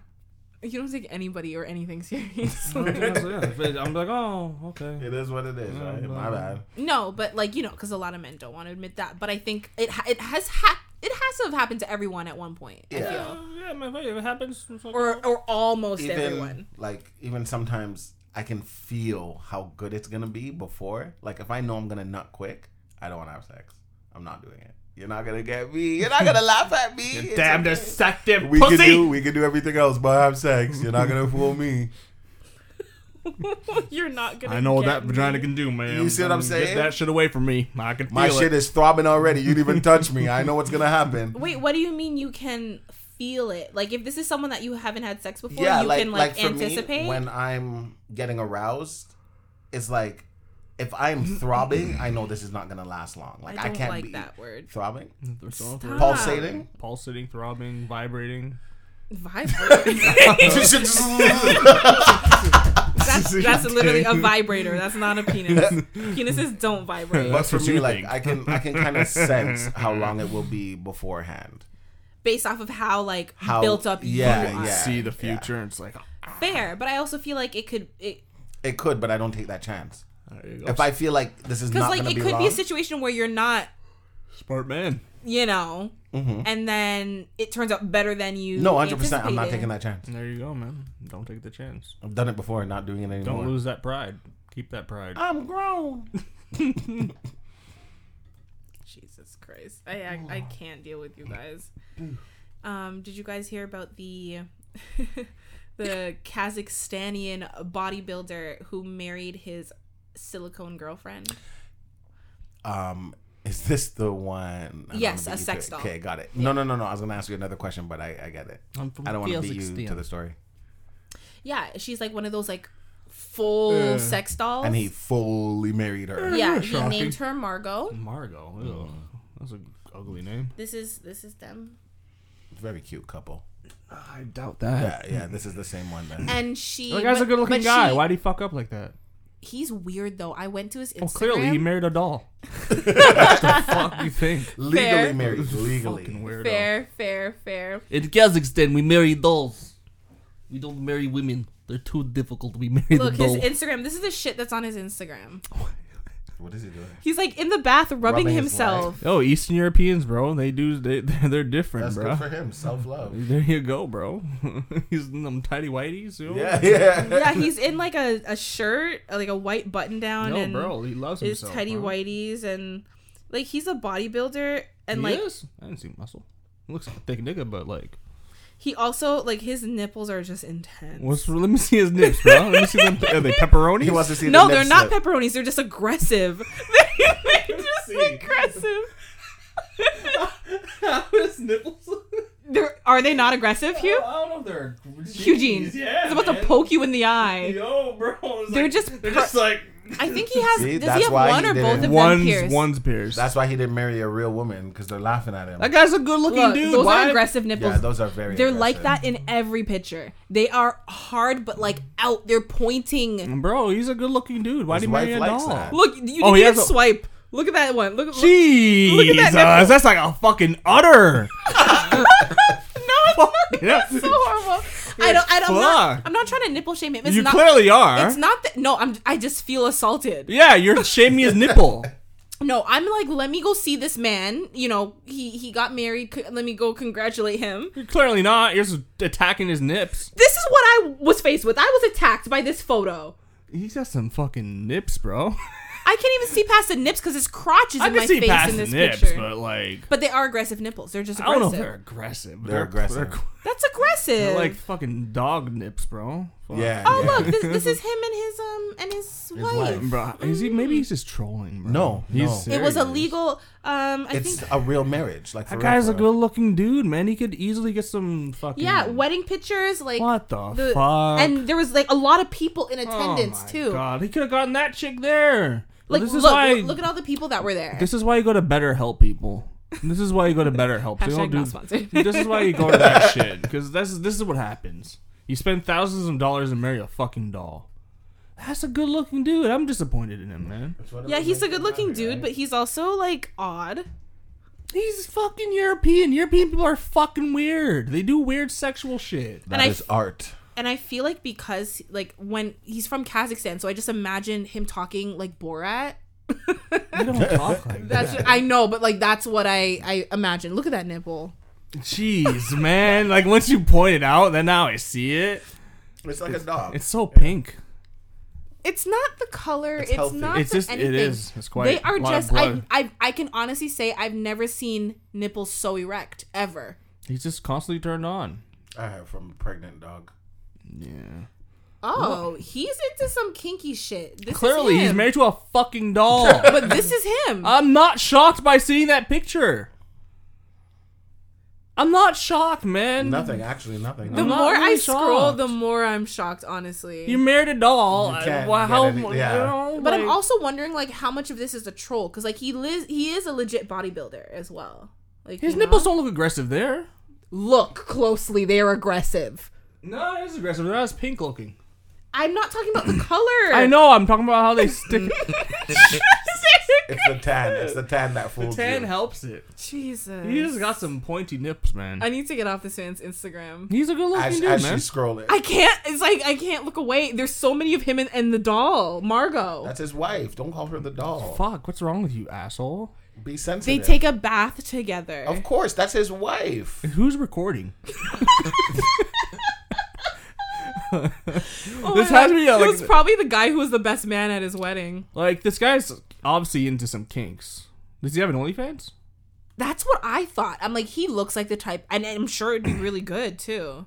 A: you don't take anybody or anything
B: I don't
A: seriously.
B: take myself- yeah, if it- I'm like, oh, okay.
C: it is what it is. Right?
B: blah,
C: My
B: blah.
C: bad.
A: no, but like you know, because a lot of men don't want to admit that. But I think it ha- it has ha- it has to have happened to everyone at one point. I
C: Yeah.
A: feel.
B: Uh, yeah, man, if it happens. it's okay.
A: or or almost
C: even
A: everyone.
C: like even sometimes I can feel how good it's gonna be before. Like if I know I'm gonna nut quick, I don't want to have sex. I'm not doing it. You're not gonna get me. You're not gonna laugh at me. It's
B: damn
C: okay.
B: deceptive
C: We
B: pussy.
C: could do we could do everything else but have sex. You're not gonna fool me.
A: You're not gonna.
B: I know what
A: get
B: that vagina
A: me.
B: can do, man.
C: You see what I'm
B: Get
C: saying?
B: that shit away from me. I can feel
C: My
B: it.
C: shit is throbbing already. You didn't even touch me. I know what's gonna happen.
A: Wait, what do you mean you can feel it? Like if this is someone that you haven't had sex before,
C: yeah,
A: you
C: like
A: can
C: like,
A: like,
C: for
A: anticipate.
C: me when I'm getting aroused, it's like if I'm throbbing, I know this is not gonna last long.
A: I
C: Like
A: don't
C: I, can't
A: like
C: be
A: that Ah. word.
C: throbbing,
B: It's all
A: Stop.
C: pulsating.
B: pulsating, throbbing, vibrating.
A: Vibrator. that's, that's literally a vibrator. That's not a penis. Penises don't vibrate.
C: But
B: That's
C: for
B: what
C: me,
B: you
C: like
B: think.
C: I can I can kind of sense how long it will be beforehand.
A: Based off of how like
C: How-
A: built up
C: yeah,
A: you are.
C: yeah.
B: See the future, and it's like,
A: Fair, but I also feel like it could it
C: It could, but I don't take that chance.
B: there you go.
C: If I feel like this is
A: because
C: not
A: like
C: gonna
A: it
C: be
A: could
C: long,
A: be a situation where you're not
B: smart man.
A: you know, and then it turns out better than you.
C: Mm-hmm. no, hundred percent. I'm not
A: anticipated.
C: taking that chance.
B: There you go, man. Don't take the chance.
C: I've done it before, not doing it
B: Don't
C: anymore.
B: lose that pride. Keep that pride.
C: I'm grown.
A: Jesus Christ. I, I I can't deal with you guys. Um, did you guys hear about the the Kazakhstanian bodybuilder who married his silicone girlfriend?
C: Um, is this the one? I don't
A: Yes,
C: wanna beat
A: a
C: you
A: sex
C: to-
A: doll.
C: Okay, got it. No, no, no, no. I was gonna ask you another question, but I, I get it.
B: I'm from
C: I don't want to beat you
B: Kazakhstan.
C: to the story.
A: Yeah, she's like one of those like full
B: Yeah.
A: sex dolls.
C: And he fully married her.
A: yeah,
B: You're
A: he
B: shocking.
A: named her Margot.
B: Margot. Ew. That's an ugly name.
A: This is this is them.
C: Very cute couple.
B: I doubt that.
C: Yeah, yeah. This is the same one. Then.
A: And she
B: That guy's
A: but-
B: a good-looking
A: but
B: guy.
A: she-
B: Why'd he fuck up like that?
A: He's weird though. I went to his Instagram.
B: Well, Oh, clearly he married a doll. what the fuck you think?
C: legally
A: Fair.
C: married.
B: Fucking
C: Legally.
B: weirdo.
A: fair, fair, fair.
D: In Kazakhstan, we marry dolls. We don't marry women. They're too difficult. We marry
A: Look,
D: the
A: his
D: doll.
A: Instagram. This is the shit that's on his Instagram.
C: What is he doing?
A: He's like in the bath rubbing,
C: Rubbing his
A: himself.
B: Oh, Eastern Europeans, bro. They do. They they're different,
C: That's
B: bro.
C: good for him. Self love.
B: There you go, bro. He's in them tidy whiteys. Yo.
C: Yeah, yeah.
A: yeah, he's in like a, a shirt, like a white button down,
B: Yo,
A: and
B: bro. He loves
A: his
B: himself.
A: tidy
B: bro.
A: whiteys, and like he's a bodybuilder, and
B: He
A: like
B: is? I didn't see muscle. He looks like a thick nigga, but like,
A: he also like his nipples are just intense.
B: what's? Let me see his nips, bro. Let me see them. Are they pepperoni?
C: He wants to see.
A: no,
C: the
A: they're
C: next
A: not
C: step.
A: pepperonis. They're just aggressive. they're, just aggressive.
B: his nipples.
A: They're, are they not aggressive, Hugh?
B: I don't know if they're
A: Eugene, it's about to poke you in the eye.
B: Yo, bro.
A: They're like- just they're just
B: like.
A: I think he has.
C: See,
A: does
C: that's
A: he have
C: why
A: one
C: he
A: or
C: did
A: both
C: it.
A: of them
B: one's
A: pierced?
B: one's pierced.
C: That's why he didn't marry a real woman because they're laughing at him.
B: that guy's a good-looking
A: Look,
B: dude.
A: those
B: why?
A: are aggressive nipples.
C: Yeah, those are very.
A: They're like
C: aggressive.
A: that in every picture. They are hard, but like out. They're pointing.
B: Bro, he's a good-looking dude. Why
C: His
B: do you marry
C: wife
B: a
C: likes
B: doll?
C: that.
A: Look, you
B: Oh,
A: didn't
B: he
A: even
B: has a-
A: swipe. Look at that one. Look, look
B: Jesus,
A: at that nipple.
B: that's like a fucking udder.
A: no, it's
B: Yeah.
A: not so horrible. I don't. I don't. I'm not,
B: Fuck.
A: I'm not trying to nipple shame him. It's
B: you
A: not,
B: clearly are.
A: It's not that. No, I'm. I just feel assaulted.
B: yeah, you're shaming his nipple.
A: No, I'm like, let me go see this man. You know, he he got married. C- Let me go congratulate him.
B: You're clearly not. You're just attacking his nips.
A: This is what I was faced with. I was attacked by this photo.
B: He's got some fucking nips, bro.
A: I can't even see past the nips because his crotch is
B: I
A: in
B: can
A: my
B: see
A: face
B: past
A: in
B: the
A: this
B: nips,
A: picture.
B: but like,
A: But they are aggressive nipples. They're just
B: I don't know
A: aggressive.
B: if they're aggressive. but
C: They're aggressive.
A: That's aggressive.
B: They're like fucking dog nips, bro. Fuck.
C: Yeah.
A: oh
C: yeah.
A: look, this, this is him and his um and his, wife.
C: wife.
B: Bro, is he? Maybe he's just trolling. Bro.
C: No,
B: he's
C: no. It was
A: It was
B: serious.
A: illegal. Um, I
C: It's
A: think
C: a real marriage. Like for
B: That
C: real,
B: guy's
C: for
B: a
C: real.
B: good-looking dude, man. He could easily get some fucking.
A: yeah, wedding pictures like
B: What the,
A: the
B: fuck?
A: and there was like a lot of people in
B: Oh
A: attendance
B: my
A: too.
B: God, he could have gotten that chick there.
A: Like
B: this is
A: look,
B: why.
A: look at all the people that were there.
B: this is why you go to better help people. This is why you go to better help. They
A: Hashtag
B: don't
A: not
B: do.
A: sponsored.
B: This is why you go to that shit because this is this is what happens. You spend thousands of dollars and marry a fucking doll. That's a good-looking dude. I'm disappointed in him, man.
A: yeah, he's a good-looking dude, but he's also like odd.
B: He's fucking European. European people are fucking weird. They do weird sexual shit.
A: and I-
C: that is art.
A: And I feel like because like when he's from Kazakhstan, so I just imagine him talking like Borat.
B: They don't talk like that.
A: That's I know, but like that's what I I imagine. Look at that nipple.
B: Jeez, man. Like once you point it out, then now I see it.
C: It's like a dog.
B: It's so pink.
A: It's not the color. It's,
C: healthy.
A: not
B: It's
A: the
B: just- it
A: anything.
B: is. It's quite
A: They
B: a
A: are
B: lot of
A: just. I,
B: blood.
A: I I can honestly say I've never seen nipples so erect ever.
B: He's just constantly turned on.
C: I have from a pregnant dog.
B: Yeah.
A: Oh, he's into some kinky shit. This
B: Clearly,
A: is
B: he's
A: him.
B: married to a fucking doll.
A: But this is him.
B: I'm not shocked by seeing that picture. I'm not shocked, man.
C: Nothing, actually, nothing.
A: the
B: I'm
A: more
B: not
A: I
B: really
A: scroll,
B: shocked.
A: the more I'm shocked. Honestly.
B: You married a doll.
C: You can't
B: Uh, well,
C: get
B: how?
C: any- yeah.
B: you know,
A: but I'm
B: like-
A: also wondering, like, how much of this is a troll? Because, like, he lives, he is a legit bodybuilder as well. Like,
B: His
A: you
B: nipples
A: know?
B: don't look aggressive there.
A: look closely; they are aggressive.
B: No, it is aggressive. That was pink looking.
A: I'm not talking about the color.
B: I know. I'm talking about how they stick.
C: It's the tan. It's the tan that fools
B: Tan
C: you.
B: helps it.
A: Jesus.
B: He just got some pointy nips, man.
A: I need to get off this man's Instagram.
B: He's a good looking
C: as
B: dude,
C: as
B: man.
C: she's scrolling.
A: I can't. It's like I can't look away. There's so many of him and, and the doll, Margot.
C: That's his wife. Don't call her the doll.
B: Fuck, what's wrong with you, asshole?
C: Be
A: they
C: sensitive.
A: take a bath together.
C: Of course, that's his wife.
B: Who's recording?
A: Oh
B: this
A: my God.
B: has me, uh,
A: It
B: like-
A: was probably the guy who was the best man at his wedding.
B: Like this guy's obviously into some kinks. Does he have an OnlyFans?
A: That's what I thought. I'm like, he looks like the type, and I'm sure it'd be really good too.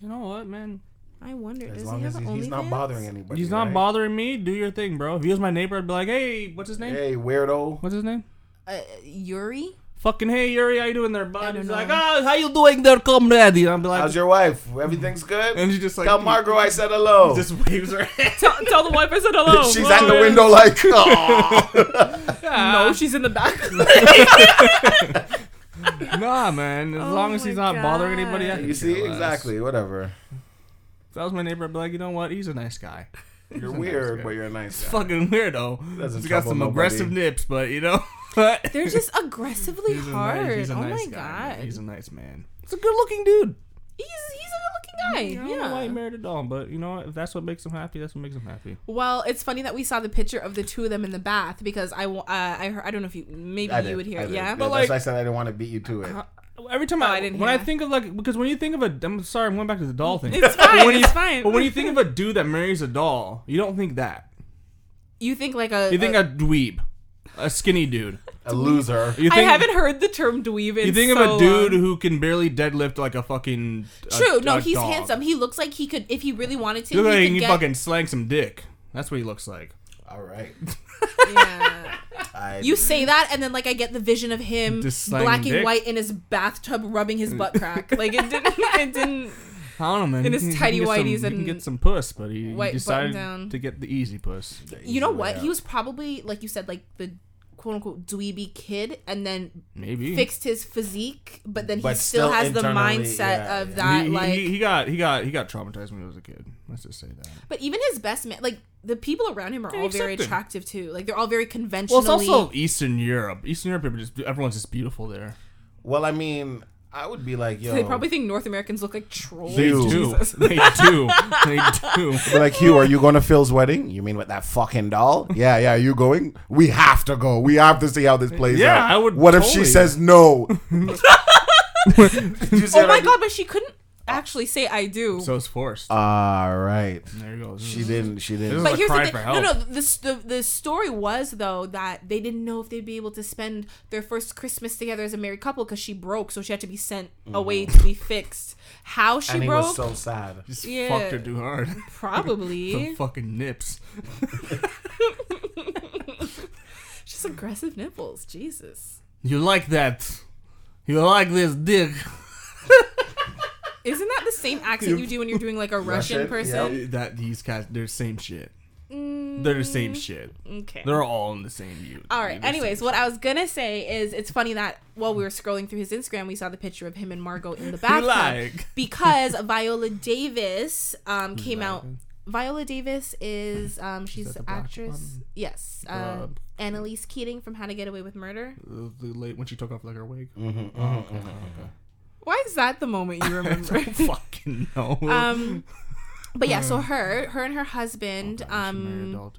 B: You know what, man?
A: I wonder.
C: As
A: does
C: long
A: he
C: as
A: have
C: he's,
A: OnlyFans?
C: he's not bothering anybody.
B: He's not
C: right?
B: bothering me. Do your thing, bro. If he was my neighbor, I'd be like, hey, what's his name?
C: Hey, weirdo.
B: What's his name?
A: Uh, Yuri.
B: Fucking hey, Yuri, how you doing there, bud?
A: don't
B: He's
A: know.
B: like, oh, how you doing there, comrade? And I'd be like,
C: How's your wife? Everything's good?
B: and she just like,
C: Tell Margot I said hello.
B: just waves her hand.
A: tell, tell the one person alone.
C: She's at the window like, oh.
A: No, she's in the back.
B: nah, man. As
A: Oh
B: long as he's
A: my
B: not bothering anybody, I
A: God.
B: could
C: you see?
B: care less.
C: Exactly. Whatever.
B: If that was my neighbor, I'd be like, you know what? He's a nice guy.
C: You're
B: nice
C: weird,
B: guy.
C: but you're a nice guy.
B: Fucking weirdo.
C: Doesn't
B: He's got
C: trouble
B: some
C: nobody.
B: aggressive nips, but you know. what?
A: They're just aggressively
B: He's a
A: hard.
B: nice- he's a
A: oh
B: nice
A: my
B: guy, man.
A: god.
B: He's a nice man. He's a good looking dude.
A: He's he's a good
B: You know,
A: looking guy.
B: I don't know why he
A: Yeah.
B: married a doll, but you know what? If that's what makes him happy, that's what makes him happy.
A: Well, it's funny that we saw the picture of the two of them in the bath because I wa- uh, I heard I don't know if you maybe
C: I
A: you
C: did,
A: would hear
C: I
A: it.
C: did.
A: Yeah.
C: That's
B: like-
C: why I said I didn't want to beat you to it.
B: Every time
A: Oh,
B: I,
A: I didn't
B: when
A: hear
B: I
A: that.
B: think of like because when you think of a I'm sorry I'm going back to the doll thing.
A: It's fine.
B: when
A: it's
B: you-
A: fine.
B: But when you think of a dude that marries a doll, you don't think that.
A: you think like a
B: You think
A: a-
B: a dweeb, a skinny dude.
C: A loser.
B: You
A: I
B: think,
A: haven't heard the term dweeb. In
B: You think
A: so
B: of a dude
A: long.
B: who can barely deadlift like a fucking. a-
A: True. no,
B: a
A: he's
B: dog.
A: handsome. He looks like he could if he really wanted to.
B: You look
A: he
B: like he
A: could
B: can
A: get,
B: fucking slang some dick. That's what he looks like.
C: All right.
A: Yeah.
C: I,
A: You say that, and then like I get the vision of him
B: Just slanging
A: black and
B: dick.
A: white in his bathtub, rubbing his butt crack. Like it didn't. It didn't.
B: I don't know, man.
A: In
B: He
A: his
B: can-
A: tidy
B: he can get some-
A: whities
B: he can
A: and
B: get some puss, but he, he
A: white
B: decided
A: button-down.
B: to get the easy puss.
A: You know what?
C: Yeah.
A: He was probably like you said, like the quote unquote dweeby kid, and then
B: Maybe
A: fixed his physique, but then he
C: But
A: still,
C: still
A: has the
C: internally,
A: mindset
C: yeah,
A: of
B: He-
C: yeah.
A: that.
B: he,
A: like,
B: he, he got he got he got traumatized when he was a kid. Let's just say that.
A: but even his best man, like the people around him, are
B: They
A: all
B: accept
A: very
B: him.
A: attractive too. Like they're all very conventional.
B: Well, it's also Eastern Europe. Eastern Europe, people just everyone's just beautiful there.
C: Well, I mean, I would be like, yo.
A: They probably think North Americans look like trolls.
B: um, They
C: Ew.
B: do. They do. They do.
C: Be like, Hugh, are you going to Phil's wedding? You mean with that fucking doll? Yeah, yeah, you going? We have to go. We have to see how this plays
B: Yeah,
C: out.
B: I would
C: What if she
B: totally.
C: says no? You see
A: Oh
C: what
A: my
C: I mean?
A: god! But she couldn't actually say "I do."
B: So it's forced. Ah,
C: All right.
B: there you go.
C: She didn't. She didn't.
B: But-
A: But
B: like
A: here's the
B: crying
A: thing.
B: for
A: No, no.
B: help.
A: The, the the story was though that they didn't know if they'd be able to spend their first Christmas together as a married couple because she broke, so she had to be sent away to be fixed. How she
C: And he
A: broke?
C: was so sad.
B: just
A: Yeah.
B: fucked her too hard. Some
A: probably
B: fucking nips.
A: just aggressive nipples. Jesus,
B: You like that? You like this dick?
A: isn't that the same accent you do when you're doing like a Russian,
C: Russian,
A: person?
B: That these guys, they're the same shit.
A: Mm,
B: They're the same shit.
A: okay.
B: They're all in the same youth.
A: All right.
B: They're the
A: Anyways,
B: same
A: what I was gonna say is it's funny that while we were scrolling through his Instagram, we saw the picture of him and Margot in the
B: shit. You
A: bathtub.
B: like?
A: because Viola Davis um, came out. Viola Davis is um, she's
B: that the black
A: actress.
B: one?
A: Yes, uh,
B: Uh,
A: Annalise Keating from How to Get Away with Murder.
B: the the late when she took off like her wig.
A: Why is that the moment you remember?
B: Fucking no.
A: um, but yeah,
B: Uh,
A: so her, her and her husband. um, No,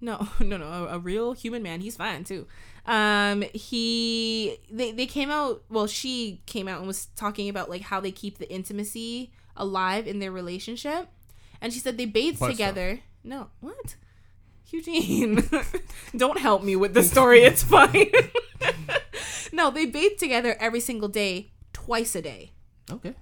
A: no, no. A, a real human man. He's fine too. Um, he they they came out. Well, she came out and was talking about like how they keep the intimacy alive in their relationship, and she said they bathe
B: Butt stuff.
A: together. No, what? Eugene, don't help me with the story. It's fine. no, they bathe together every single day, twice a day.
B: Okay.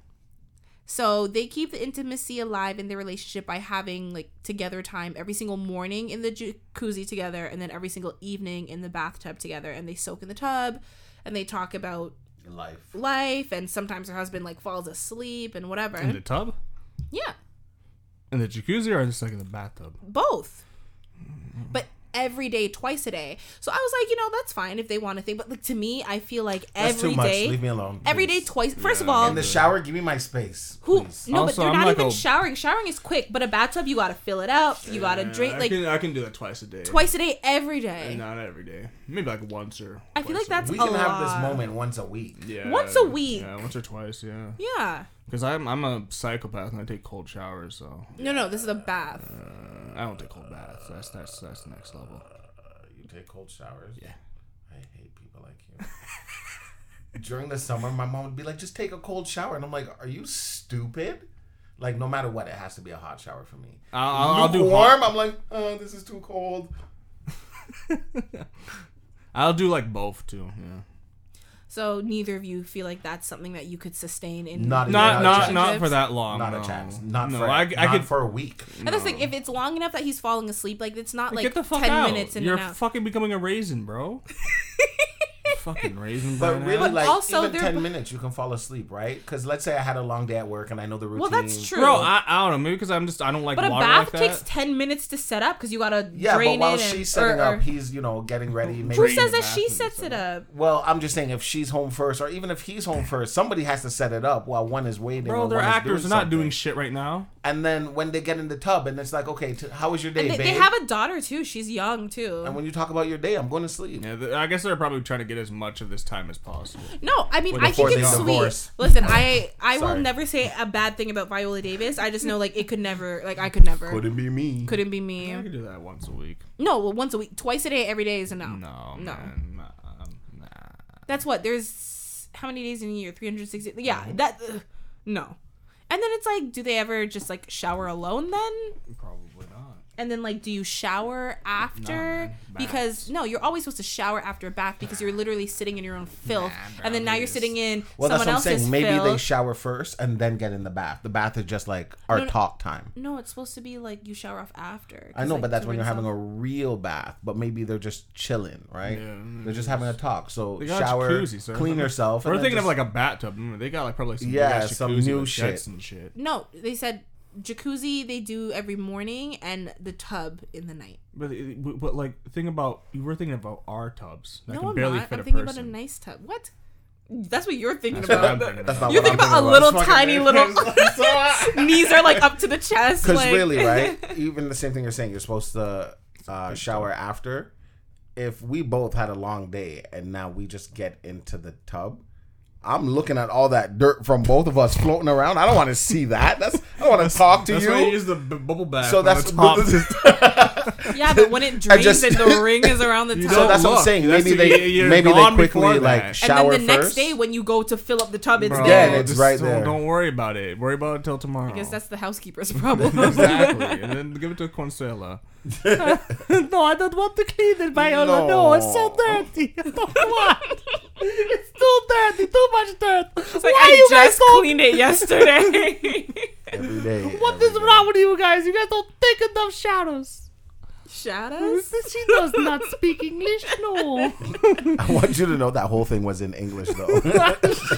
A: So they keep the intimacy alive in their relationship by having like together time every single morning in the jacuzzi together and then every single evening in the bathtub together and they soak in the tub and they talk about
C: Life.
A: life and sometimes her husband like falls asleep and whatever.
B: In the tub,
A: yeah,
B: in the jacuzzi, or just like in the bathtub.
A: both. But every day twice a day. So I was like, you know, that's fine if they want to think, but like to me, I feel like
C: That's
A: every
C: too much.
A: day
C: Leave me alone.
A: every day
C: please.
A: twice. First of
B: Yeah.
A: all,
C: In the shower, give me my space.
A: Who?
C: please.
A: No,
B: Also,
A: but they're
B: I'm
A: not
B: like
A: even
B: a-
A: showering. Showering is quick, but a bathtub you gotta fill it up. You gotta drink
B: I
A: like
B: can, I can do that twice a day.
A: twice a day, every day.
B: And uh, not every day. Maybe like once or.
A: I feel like
B: twice a
A: that's
C: We
A: a
C: can have this
A: lot.
C: moment once a week.
B: week. Yeah,
A: once a week.
B: Yeah, once or twice. Yeah.
A: Yeah.
B: Because I'm I'm a psychopath and I take cold showers, so
A: No, no, this is a bath.
B: uh, I don't take cold baths. That's that's that's next level.
C: You take cold showers.
B: Yeah.
C: I hate people like you. During the summer, my mom would be like, just take a cold shower. And I'm like, are you stupid? Like, no matter what, it has to be a hot shower for me.
B: I'll, I'll, I'll do hot-
C: warm. I'm like, oh, this is too cold.
B: I'll do like both too. Yeah.
A: So neither of you feel like that's something that you could sustain in
C: Not-
B: Not not
A: a
B: not
A: chance.
B: for that long.
C: Not
B: no.
C: a chance. Not
B: no,
C: for.
B: I, I
C: not
B: could
C: for a week.
A: And that's like if it's long enough that he's falling asleep, like it's not like
B: get the fuck
A: ten
B: out.
A: minutes in
B: You're
A: and out.
B: fucking becoming a raisin, bro. fucking raisin, bro.
C: But really,
A: But
C: like
A: also
C: even
A: they're
C: ten
A: bu-
C: minutes, you can fall asleep, right? Because let's say I had a long day at work and I know the routine.
A: well, that's true.
B: bro, I, I don't know. Maybe because I'm just I don't like
A: but a
B: water
A: bath
B: like that.
A: takes ten minutes to set up because you gotta
C: Yeah,
A: drain
C: but while
A: it. and-
C: she's
A: or-
C: setting
A: or-
C: up, he's you know getting ready. Maybe.
A: who
B: Drain
A: says
B: the
A: that she
B: bathroom
A: sets
B: or
A: it up?
C: well, I'm just saying if she's home first, or even if he's home first, somebody has to set it up while one is waiting.
B: bro,
C: or
B: they're
C: one is
B: actors. They're
C: doing
B: not doing
C: something.
B: shit right now.
C: and then when they get in the tub, and it's like, okay, t- how was your day,
A: And they,
C: babe?
A: they have a daughter too. She's young too.
C: and when you talk about your day, I'm going to sleep.
B: Yeah, th- I guess they're probably trying to get as much of this time as possible.
A: No, I mean
C: Well,
A: I
C: before
A: think
C: they
A: it's sweet.
C: divorce.
A: Listen, I I will
C: Sorry.
A: never say a bad thing about Viola Davis. I just know like it could never like I could never couldn't,
C: be me.
A: be
B: I
A: me.
B: could do that once a week.
A: No, well once a week, twice a day, every day is a no.
B: No,
A: No.
B: man, um, nah.
A: That's what there's how many days in a year? 360. Yeah,
C: Uh-huh.
A: that ugh, no. And then it's like do they ever just like shower alone then?
B: Probably not.
A: And then like do you shower after?
B: man.
A: because no, you're always supposed to shower after a bath because you're literally sitting in your own filth. and then now you're
B: brothers.
A: sitting in someone
C: Well, that's what I'm
A: else's
C: saying. Maybe
A: filth.
C: they shower first and then get in the bath. The bath is just like our
A: No, no.
C: talk time.
A: No, it's supposed to be like you shower off after.
C: I know, but that's when you're having a real bath. But maybe they're just chilling, right?
B: Yeah.
C: they're just having a talk. So
B: They got
C: shower,
B: jacuzzi, so
C: clean yourself.
B: We're
C: and then
B: thinking of
C: just-
B: like a bathtub. Remember, they got like probably like, some
C: Yeah,
B: big ass
C: some
B: jacuzzi
C: new
B: with jets
C: shit.
B: and shit.
A: No, they said jacuzzi they do every morning and the tub in the night.
B: But, it- but like, think about you were thinking about our tubs that
A: no,
B: can
A: I'm
B: barely
A: not.
B: fit
A: I'm
B: a
A: thinking
B: person.
A: about a nice tub. What? That's what you're thinking
B: That's what I'm
A: about.
B: thinking
C: That's
B: about.
C: not
A: You
C: what
A: think
C: I'm
A: about a little tiny little
C: Because
A: knees are like up to the chest. like,
C: really, right? Even the same thing you're saying. You're supposed to uh, shower after. If we both had a long day and now we just get into the tub. I'm looking at all that dirt from both of us floating around. I don't want to see that. That's I don't want to talk to
B: That's
C: you.
B: why you use the b- bubble bath.
C: so that's
B: the top.
A: Yeah, but when it drains
C: just-
A: and the ring is around the tub.
C: So that's what
B: look.
C: I'm saying.
B: That's
C: Maybe
B: the-
C: they
B: you're
C: maybe they
B: gone
C: quickly
B: before
C: like
B: that.
A: and
C: shower
A: then the next
C: first.
A: day when you go to fill up the tub, it's
B: Bro,
C: Yeah,
A: dead.
C: it's right
B: don't-
C: there.
B: Don't worry about it. Worry about it until tomorrow.
A: I guess that's the housekeeper's problem.
B: exactly. and then give it to Consuela.
D: no, I don't want to clean it, Viola. No, it's so
C: No.
D: dirty. I don't want. It's too dirty, too much dirt.
A: It's like,
D: Why
A: I
D: you guys
A: just
D: don't?
A: cleaned it yesterday.
C: every day.
D: What is wrong with you guys? You guys don't take enough showers.
A: Shadows?
D: She does not speak English. No,
C: I want you to know that whole thing was in English though.
D: this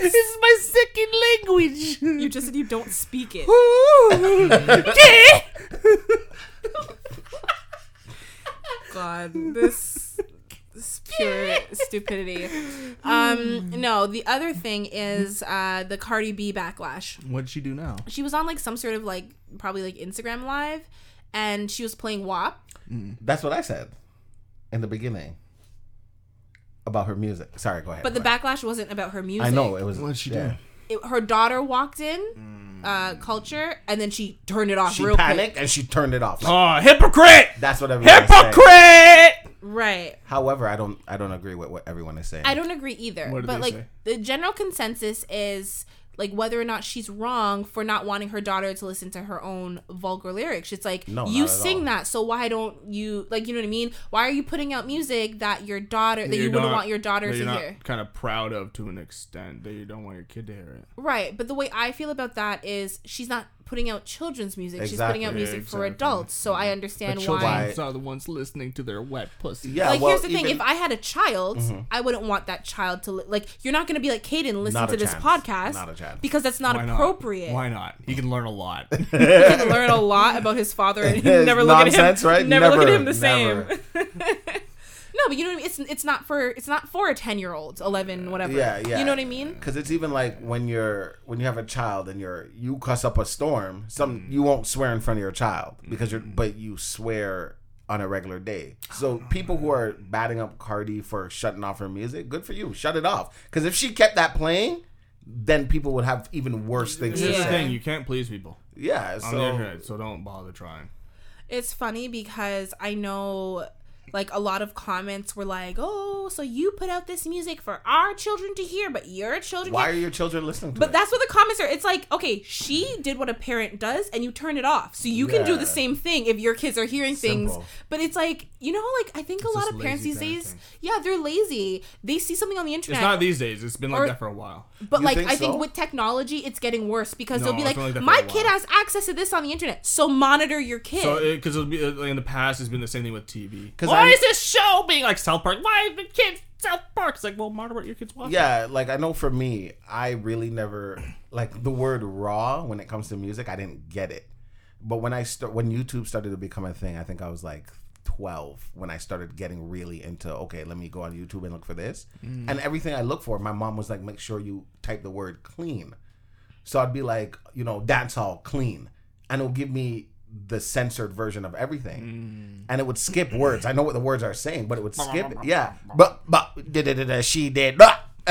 D: is my second language.
A: You just said you don't speak it.
D: Okay.
A: God, this, this pure stupidity. Um, no, the other thing is uh, the Cardi B backlash.
B: What'd she do now?
A: She was on like some sort of like probably like Instagram live, and she was playing WAP.
C: That's what I said in the beginning about her music. Sorry, go ahead.
A: But the
C: Ryan.
A: backlash wasn't about her music.
C: I know it was.
B: What'd she do?
A: It- her daughter walked in, uh, culture, and then she turned it off
C: She
A: real
C: panicked
A: quick.
C: and she turned it off.
B: Oh, hypocrite!
C: That's what everyone is saying.
B: Hypocrite!
A: Right.
C: However, I don't. I don't agree with what everyone is saying.
A: I don't agree either.
B: What did
A: but
B: they
A: like
B: say?
A: the general consensus is like whether or not she's wrong for not wanting her daughter to listen to her own vulgar lyrics. It's like
C: No,
A: you
C: not at
A: sing
C: all.
A: that, so why don't you like you know what I mean? Why are you putting out music that your daughter that
B: You're
A: you wouldn't
B: not-
A: want your daughter
B: that
A: to
B: you're not
A: hear?
B: Kind of proud of to an extent that you don't want your kid to hear it.
A: Right. But the way I feel about that is she's not putting out children's music. She's putting
C: Exactly.
A: out
B: Yeah,
A: music for
B: exactly.
A: adults. So I understand why.
C: Why-
D: are the ones listening to their wet pussy.
C: Yeah.
A: like
C: well,
A: here's the thing:
C: even- Mm-hmm.
A: if I had a child, I wouldn't want that child to li- like. You're not going to be like Caden, listen
C: Not a
A: to this
C: chance.
A: podcast,
C: Not a chance.
A: because that's not
B: Why not?
A: appropriate.
B: Why not? He can learn a lot.
A: You can learn a lot about his father, and you never look
C: Nonsense,
A: at him.
C: right?
A: Never, look at
C: Never,
A: him the
C: never.
A: same. no, but you know what I mean. It's it's not for it's not for a ten year old, eleven, whatever.
C: Yeah, yeah.
A: You know what I mean?
C: Because it's even like when you're when you have a child and you're you cuss up a storm. Some
B: Mm.
C: you won't swear in front of your child because you're but you swear on a regular day. So people who are batting up Cardi for shutting off her music, good for you. Shut it off. Because if she kept that playing, then people would have even worse things
B: Here's
C: to
B: the
A: Yeah.
C: say.
B: thing: you can't please people
C: Yeah.
B: on the
C: So
B: internet, so don't bother trying.
A: It's funny because I know like a lot of comments were like, "Oh, so you put out this music for our children to hear, but your children
C: Why
A: can't
C: are your children listening to
A: But
C: it?
A: that's what the comments are. It's like, okay, she did what a parent does, and you turn it off. So you can do
C: Yeah.
A: the same thing if your kids are hearing
C: Simple.
A: things. But it's like, you know, how, like I think a lot
B: just
A: of parents these
B: lazy
A: days,
B: parenting.
A: yeah, they're lazy. They see something on the internet,
B: It's not these days. It's been like
A: Or-
B: that for a while.
A: but
C: You
A: like
C: think
A: I think
C: so?
A: with technology, it's getting worse because
B: No,
A: they'll be
B: it's
A: like,
B: been like that for
A: my
B: a while.
A: kid has access to this on the internet, so monitor your kid.
B: So because be, uh, like, in the past, it's been the same thing with TV.
C: 'Cause
B: Why
C: I-
B: is this show being like South Park? Why is the kids South Park? It's like, well, monitor what your kids watch.
C: yeah, like I know for me, I really never like the word raw when it comes to music. I didn't get it, but when I start when YouTube started to become a thing, I think I was like twelve when I started getting really into. Okay, let me go on YouTube and look for this, and everything I look for, my mom was like, make sure you type the word clean. So I'd be like, you know, dancehall clean, and it'll give me the censored version of
B: Mm.
C: everything, and it would skip words. I know what the words are saying, but it would skip it. Yeah, but but da- da- da- da, she did, blah.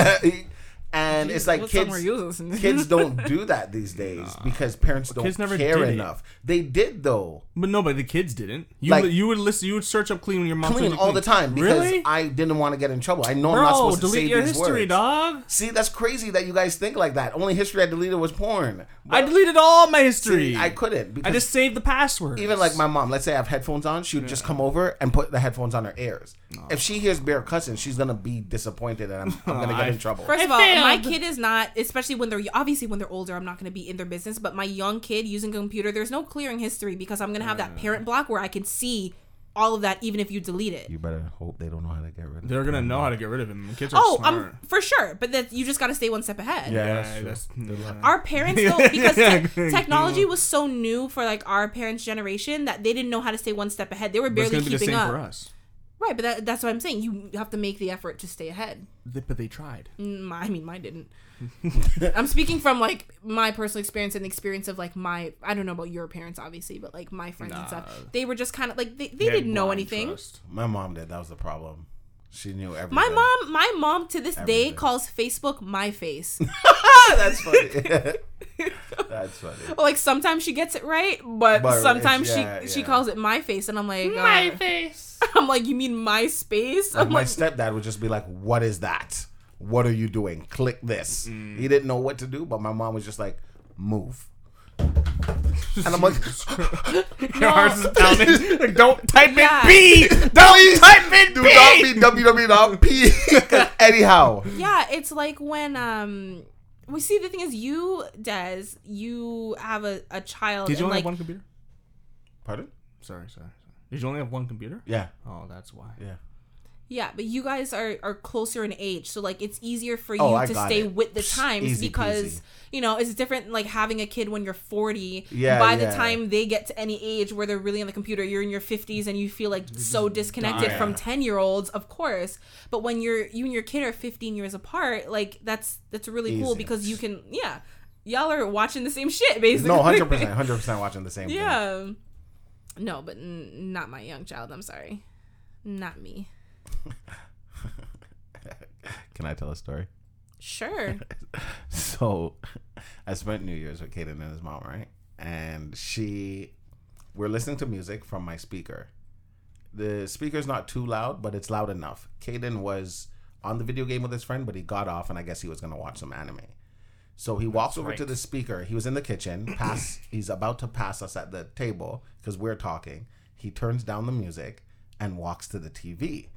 C: and it's like
A: What song
C: kids.
A: were you listening to?
C: Kids don't do that these days because parents don't
B: kids never
C: care
B: did it.
C: enough. They did though,
B: But no, but the kids didn't. You
C: Like-
B: would- you would listen. You would search up clean when your mom
C: clean
B: told you
C: all the time because
B: really?
C: I didn't want to get in trouble. I know I'm not
B: Bro,
C: supposed to say
B: delete your
C: these
B: history,
C: words.
B: dog.
C: See, that's crazy that you guys think like that. Only history I deleted was porn.
B: I deleted all my history.
C: I couldn't
B: I
C: because
B: just saved the password.
C: even like my mom, let's say I have headphones on, she would just come over and put the headphones on her ears. If she hears Bear cussing, she's gonna be disappointed and I'm, I'm gonna get in trouble.
A: First of all, my kid is not, especially when they're obviously when they're older, I'm not going to be in their business. But my young kid using a computer, there's no clearing history because I'm going to have that
B: Uh.
A: parent block where I can see all of that, even if you delete it.
C: you better hope they don't know how to get rid of
B: They're gonna know how to get rid of him. Kids are
A: oh,
B: smart.
A: um, for sure. But that you just got to stay one step ahead.
C: Yeah,
B: Yeah,
C: that's true.
B: that's- yeah.
A: Our parents don't because
B: Yeah,
A: te-
B: yeah.
A: technology was so new for like our parents' generation that they didn't know how to stay one step ahead. They were
B: But it's
A: barely
B: gonna be the
A: keeping
B: same
A: up.
B: for us.
A: Right, but that, that's what I'm saying. You have to make the effort to stay ahead.
B: They- but they tried.
A: Mm, I mean, mine didn't. I'm speaking from like my personal experience and the experience of like my I don't know about your parents obviously, but like my friends and stuff.
B: Nah.
A: They were just kind of like they, they
B: They had
A: didn't know
B: blind
A: anything.
B: trust.
C: My mom did. That was the problem. She knew everything.
A: My mom, my mom to this day
C: Everything.
A: calls Facebook my face.
C: that's funny. that's funny.
A: like sometimes she gets it right, but,
C: But it's-
A: sometimes
C: yeah,
A: she she
C: yeah.
A: calls it my face, and I'm like my face. I'm like you mean my space?
C: Like
A: I'm
C: my
A: like
C: stepdad would just be like, "What is that? What are you doing? Click this."
B: Mm.
C: He didn't know what to do, but my mom was just like, "Move." And I'm like,
B: Your heart is pounding. like, don't type
A: Yeah.
B: in B.
C: Please
B: Don't type in
C: do
B: B.
C: not be www.p. Anyhow,
A: yeah, it's like when um. We see the thing is you, Des, you have a, a child.
B: Did you
A: and,
B: only
A: like,
B: have one computer?
C: pardon?
B: Sorry, sorry. sorry. Did you only have one computer?
C: Yeah,
B: Oh, that's why.
C: yeah.
A: Yeah, but you guys are are closer in age, so like it's easier for you
C: Oh, I
A: to
C: got
A: stay
C: it.
A: with the
C: Psh,
A: times
C: easy
A: because
C: peasy.
A: you know it's different. Like having a kid when you're 40,
C: Yeah,
A: by
C: yeah.
A: the time they get to any age where they're really on the computer, you're in your 50s and you feel like so disconnected
C: dying.
A: from 10 year olds, of course. But when you're you and your kid are 15 years apart, like that's that's really cool
C: Easy.
A: because you can yeah, y'all are watching the same shit basically.
C: No, hundred percent, hundred percent watching the same. thing.
A: Yeah. No, but n- not my young child. I'm sorry, not me.
C: Can I tell a story?
A: Sure.
C: So, I spent New Year's with Kaden and his mom, right? And she, we're listening to music from my speaker. The speaker's not too loud, but it's loud enough. Kaden was on the video game with his friend, but he got off, and I guess he was gonna watch some anime. So he walks over to the speaker. He was in the kitchen. Pass. he's about to pass us at the table because we're talking. He turns down the music and walks to the TV.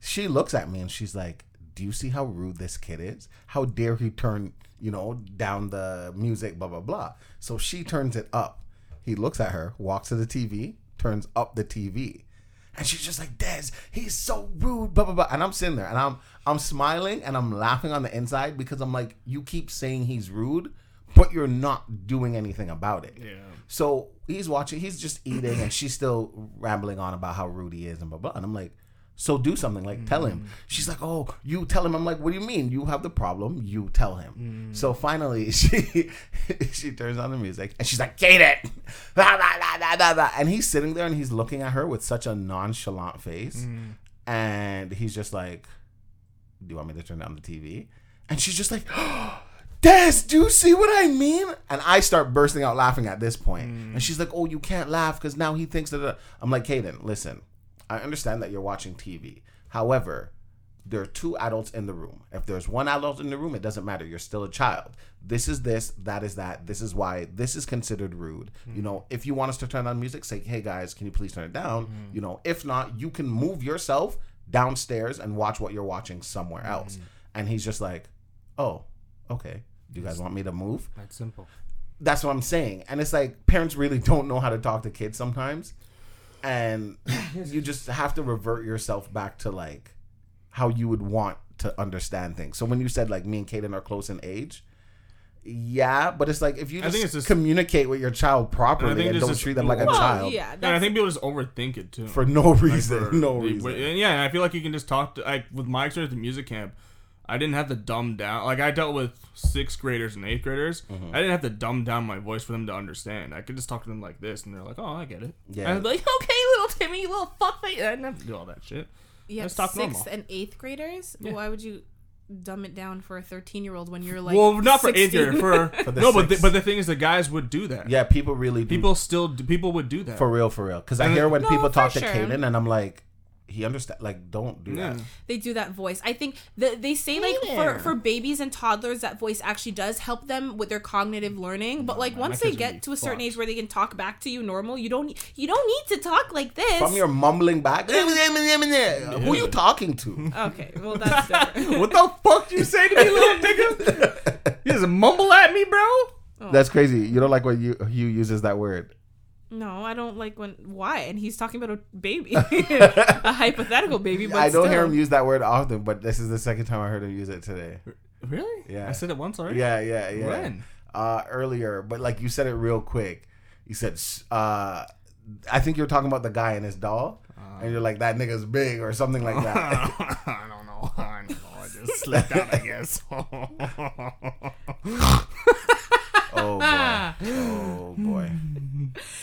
C: She looks at me and she's like, "Do you see how rude this kid is? How dare he turn, you know, down the music, blah blah blah." So she turns it up. He looks at her, walks to the TV, turns up the TV. And she's just like, Des, he's so rude, blah blah blah. And I'm sitting there and I'm I'm smiling and I'm laughing on the inside because I'm like, you keep saying he's rude, but you're not doing anything about it. Yeah. So he's watching, he's just eating, and she's still rambling on about how rude he is and blah blah. And I'm like, so do something, like tell him. She's like, Oh, you tell him. I'm like, What do you mean? You have the problem, you tell him. So finally she she turns on the music and she's like, Kate it. Blah, blah, blah, blah, blah, blah. And he's sitting there and he's looking at her with such a nonchalant face.
B: Mm.
C: And he's just like, Do you want me to turn down the TV? And she's just like, Des, do you see what I mean? And I start bursting out laughing at this point. And she's like, Oh, you can't laugh because now he thinks that. I'm like, uh," Kaden, listen, I understand that you're watching TV. However, there are two adults in the room. If there's one adult in the room, it doesn't matter. You're still a child. This is this, that is that. This is why this is considered rude. You know, if you want us to turn on music, say, hey guys, can you please turn it down? You know, if not, you can move yourself downstairs and watch what you're watching somewhere else. And he's just like, oh, okay. Do you guys want me to move?
D: That's simple.
C: That's what I'm saying. And it's like parents really don't know how to talk to kids sometimes. And you just have to revert yourself back to like how you would want to understand things. So when you said like me and Kaden are close in age, yeah, but it's like if you
B: think
C: just,
B: it's just-
C: communicate with your child
B: And I
C: properly
B: think
C: and
B: it's
C: don't
B: just-
C: treat them like a
B: Well,
C: child
A: yeah,
B: And I think people just overthink it too.
C: for no reason,
B: for-
C: no
B: the-
C: reason.
B: And yeah, and I feel like you can just talk to like with my experience at music camp, I didn't have to dumb down. Like I dealt with sixth graders and eighth graders, I didn't have to dumb down my voice for them to understand. I could just talk to them like this, and they're like, "Oh, I get it."
C: Yeah.
B: And I'd be like, "Okay, little Timmy, you little fuckface." I didn't have to do all that shit.
A: um, yeah,
B: Let's talk
A: sixth
B: normal.
A: and eighth graders.
B: Yeah.
A: Why would you dumb it down for a thirteen-year-old when you're like?
B: well, not for
A: 16?
B: eighth grader. For,
C: the
B: no, but the,
C: sixth.
B: but the thing is, the guys would do that.
C: Yeah, people really do.
B: people still do- people would do that.
C: for real, for real. Because I
B: And-
C: hear when
A: No,
C: people
A: for
C: talk to
A: sure.
C: Kaden, and I'm like, he understand. Like, don't do
B: yeah.
C: that.
A: they do that voice. I think that they say like for, for babies and toddlers that voice actually does help them with their cognitive learning. But like once
B: my
A: they
B: kids would be
A: get to a certain
B: fucked.
A: age where they can talk back to you normal, you don't you don't need to talk like this.
C: From your mumbling back, "Eh, who you talking to?
A: okay, well that's different.
B: What the fuck you say to me, little nigga? You just mumble at me, bro.
C: That's crazy. You don't like when you Hugh uses that word.
A: No, I don't like when why. And he's talking about a baby, a hypothetical baby. But
C: I don't
A: still.
C: hear him use that word often, but this is the second time I heard him use it today.
B: Really?
C: Yeah.
B: I said it once already.
C: Yeah, yeah, yeah.
B: When?
C: Uh, earlier, but like you said it real quick. You said, "S- uh, I think you're talking about the guy and his doll, and you're like, that nigga's big or something like that.
B: I don't know. I don't know. I just slipped out, I guess.
C: oh boy. Oh boy.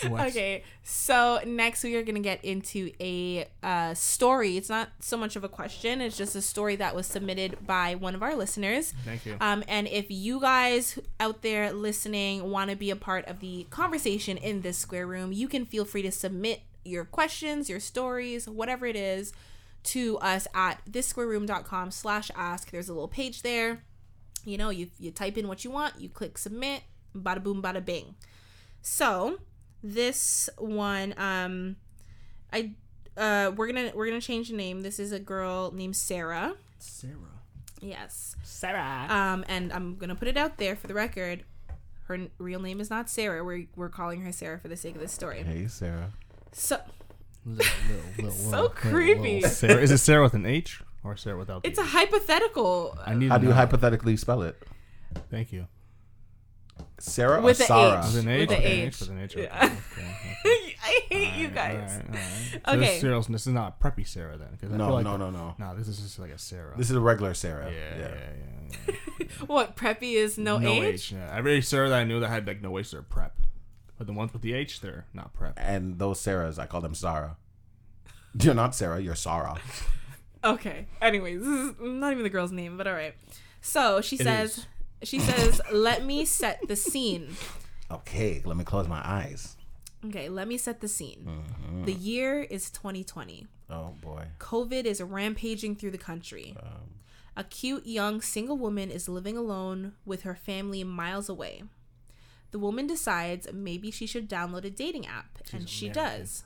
A: Okay, so next we are gonna get into a uh, story. It's not so much of a question; it's just a story that was submitted by one of our listeners.
B: Thank you.
A: Um, and if you guys out there listening want to be a part of the conversation in this square room, you can feel free to submit your questions, your stories, whatever it is, to us at thissquareroom.com slash ask. There's a little page there. You know, you, you type in what you want, you click submit, bada boom, bada bing. So this one, um, I uh, we're gonna we're gonna change the name. This is a girl named Sarah.
D: Sarah.
A: Yes.
D: Sarah.
A: Um, and I'm gonna put it out there for the record. Her n- real name is not Sarah. We're, we're calling her Sarah for the sake of this story.
C: Hey Sarah.
A: So
D: Little, little, little,
A: So
D: little,
A: creepy.
D: little.
B: Sarah, is it Sarah with an H or Sarah without? the
A: it's a
B: H?
A: hypothetical
B: I need.
C: How
B: to
C: do you
B: know.
C: hypothetically spell it?
B: Thank you.
C: Sarah
A: With
C: or
A: a
C: Sarah?
A: H.
B: With an
A: With
B: H.
A: the
B: okay,
A: H.
B: With an H. Okay.
A: Yeah.
B: okay, okay.
A: I hate you guys.
B: All right, all right. So
A: Okay.
B: This, Sarah's, this is not a preppy Sarah then. 'cause I
C: No,
B: feel like
C: no, no, no.
B: No, this is just like a Sarah.
C: This is a regular Sarah.
B: yeah, yeah, yeah. yeah.
A: What preppy is no,
B: No
A: age?
B: H. Yeah. Every Sarah that I knew that had like no H, they're prep. But the ones with the H, they're not prep.
C: And those Sarahs, I call them Sarah. You're not Sarah, you're Sarah.
A: Okay. Anyways, this is not even the girl's name, but all right. So she says,
B: is.
A: she says, let me set the scene.
C: Okay, let me close my eyes.
A: Okay, let me set the scene. The year is 2020.
C: Oh boy.
A: COVID is rampaging through the country.
C: Um,
A: a cute young single woman is living alone with her family miles away. The woman decides maybe she should download a dating app, and she does.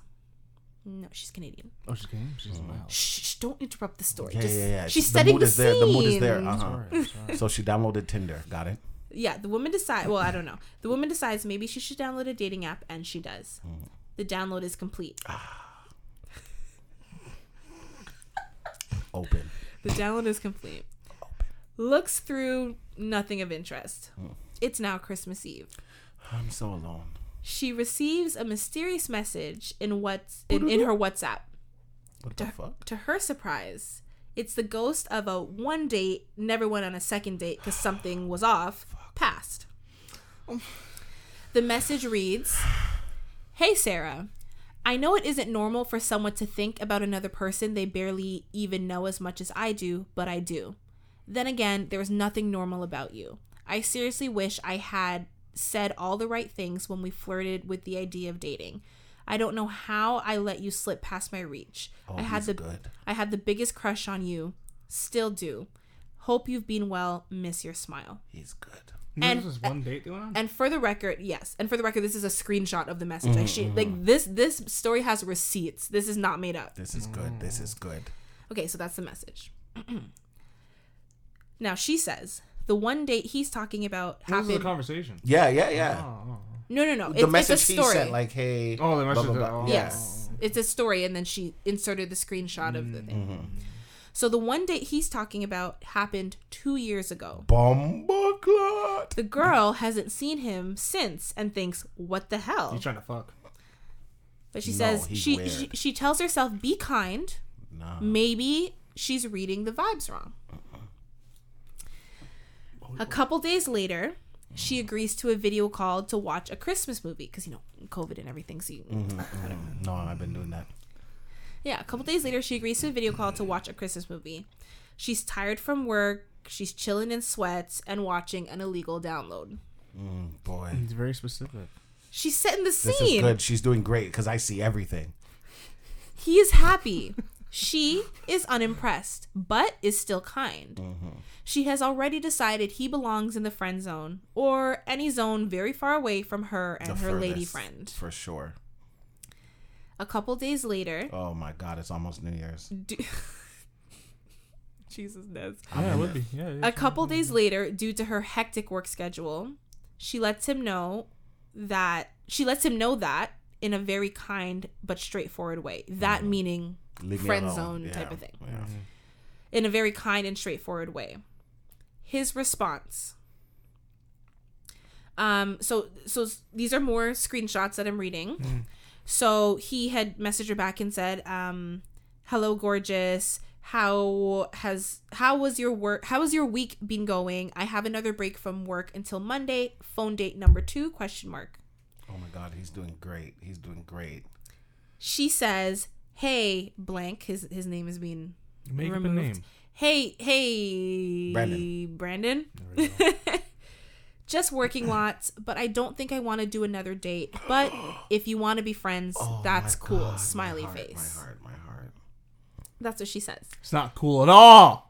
A: No, she's Canadian.
B: Oh, she's game. She's mild.
A: Shh, shh, don't interrupt the story.
C: Yeah,
A: Just-
C: yeah, yeah.
A: She's
C: The
A: setting
C: mood
A: the
C: is
A: scene.
C: there. The mood is there. Uh-huh.
B: Sorry, I'm sorry.
C: So she downloaded Tinder. Got it.
A: Yeah, the woman decides. Well, I don't know. The woman decides maybe she should download a dating app, and she does.
C: Hmm.
A: The download is complete.
C: Open.
A: The download is complete. Looks through nothing of interest. It's now Christmas Eve.
C: I'm so alone.
A: she receives a mysterious message in what's in, in her WhatsApp.
C: What the fuck?
A: To her surprise, it's the ghost of a one date, never went on a second date because something was off, passed. The message reads Hey, Sarah. I know it isn't normal for someone to think about another person they barely even know as much as I do, but I do. Then again, there is nothing normal about you. I seriously wish I had said all the right things when we flirted with the idea of dating. I don't know how I let you slip past my reach. I had
C: Oh, he's
A: the
C: good.
A: I had the biggest crush on you. Still do. Hope you've been well. Miss your smile.
C: He's good.
A: And-
B: There's this one date they went on.
A: And for the record, yes. And for the record, this is a screenshot of the message. I sh-
C: Mm-hmm.
A: like this. This story has receipts. This is not made up.
C: This is good.
B: Mm.
C: This is good.
A: Okay, so that's the message. now she says the one date he's talking about
B: What was the
A: happened.
B: conversation?
C: Yeah, yeah, yeah.
B: Oh,
A: no, no, no.
C: The
A: It's,
C: message
A: it's a
C: he
A: story.
C: sent, like, hey.
B: Oh, the message that- oh.
C: Yeah.
A: Yes. It's a story, and then she inserted the screenshot of the thing.
C: Mm-hmm.
A: So the one date he's talking about happened two years ago.
C: Bumbleclot.
A: The girl hasn't seen him since and thinks, what the hell?
B: you trying to fuck?
A: But she
C: No,
A: says
C: he's
A: she,
C: weird.
A: she she tells herself, be kind.
C: No.
A: Maybe she's reading the vibes wrong.
C: Oh,
A: A couple days later, she agrees to a video call to watch a Christmas movie because you know COVID and everything. So you,
C: Mm-hmm. No, I've been doing that.
A: Yeah, a couple days later, she agrees to a video call to watch a Christmas movie. She's tired from work. She's chilling in sweats and watching an illegal download.
C: Boy.
B: It's very specific.
A: She's setting the
C: This
A: scene.
C: is good. She's doing great because I see everything.
A: He is happy. she is unimpressed, but is still kind. She has already decided he belongs in the friend zone or any zone very far away from her and
C: The
A: her lady
C: furthest,
A: friend.
C: For sure.
A: A couple days later,
C: Oh my God, it's almost New Year's.
A: du- Jesus, that's
C: I'm
B: Yeah, it
C: in
B: would be. Yeah. yeah.
A: A couple days later, due to her hectic work schedule, she lets him know that she lets him know that in a very kind but straightforward way. That
C: Mm-hmm.
A: meaning
C: Leave me
A: friend
C: alone.
A: zone
C: Yeah,
A: type of thing.
C: yeah.
A: In a very kind and straightforward way. His response. Um so so s- these are more screenshots that I'm reading. So he had messaged her back and said, um, "Hello, gorgeous. How has how was your work? How has your week been going? I have another break from work until Monday. Phone date number two? Question mark."
C: Oh my God, he's doing great. He's doing great.
A: She says, "Hey, blank. His his name is being
B: Make up a
A: removed.
B: name.
A: Hey, hey,
C: Brandon.
A: Brandon. Just working lots, but I don't think I want to do another date. But if you want to be friends,
C: Oh
A: that's
C: my
A: cool.
C: God, my
A: Smiley
C: heart,
A: face.
C: My heart, my heart.
A: That's what she says.
B: It's not cool at all.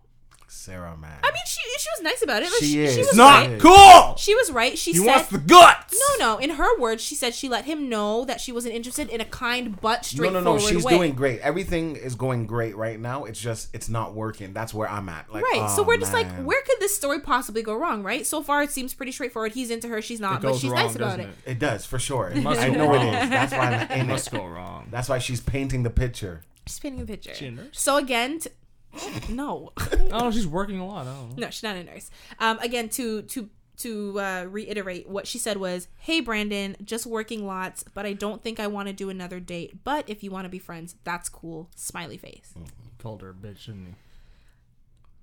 C: Sarah, man.
A: I mean, she she was nice about it. Like,
C: She
A: she, she
C: is.
A: was
B: Not
A: right.
B: cool.
A: She was right. She
B: He
A: said.
B: wants the guts.
A: no, no. In her words, she said she let him know that she wasn't interested in a kind but
C: no,
A: straightforward
C: no, no. She's
A: way.
C: doing great. Everything is going great right now. It's just it's not working. That's where I'm at. Like,
A: right. so
C: oh,
A: we're just like,
C: man.
A: where could this story possibly go wrong? Right. So far, it seems pretty straightforward. He's into her. She's not.
B: It
A: But
B: goes
A: she's
B: wrong,
A: nice about
B: doesn't
A: it.
B: it?
C: It does for sure.
B: must
C: I
B: go
C: know it
B: wrong.
C: is. That's why I'm in
B: Must
C: it.
B: go wrong.
C: That's why she's painting the picture.
A: She's painting a picture.
B: She a nurse?
A: So again, t- no,
B: Oh, she's working a lot. I don't know.
A: no, she's not a nurse. Um, again, to to to uh, reiterate, what she said was, "Hey, Brandon, just working lots, but I don't think I want to do another date. But if you want to be friends, that's cool." Smiley face.
B: He called her a bitch, didn't he?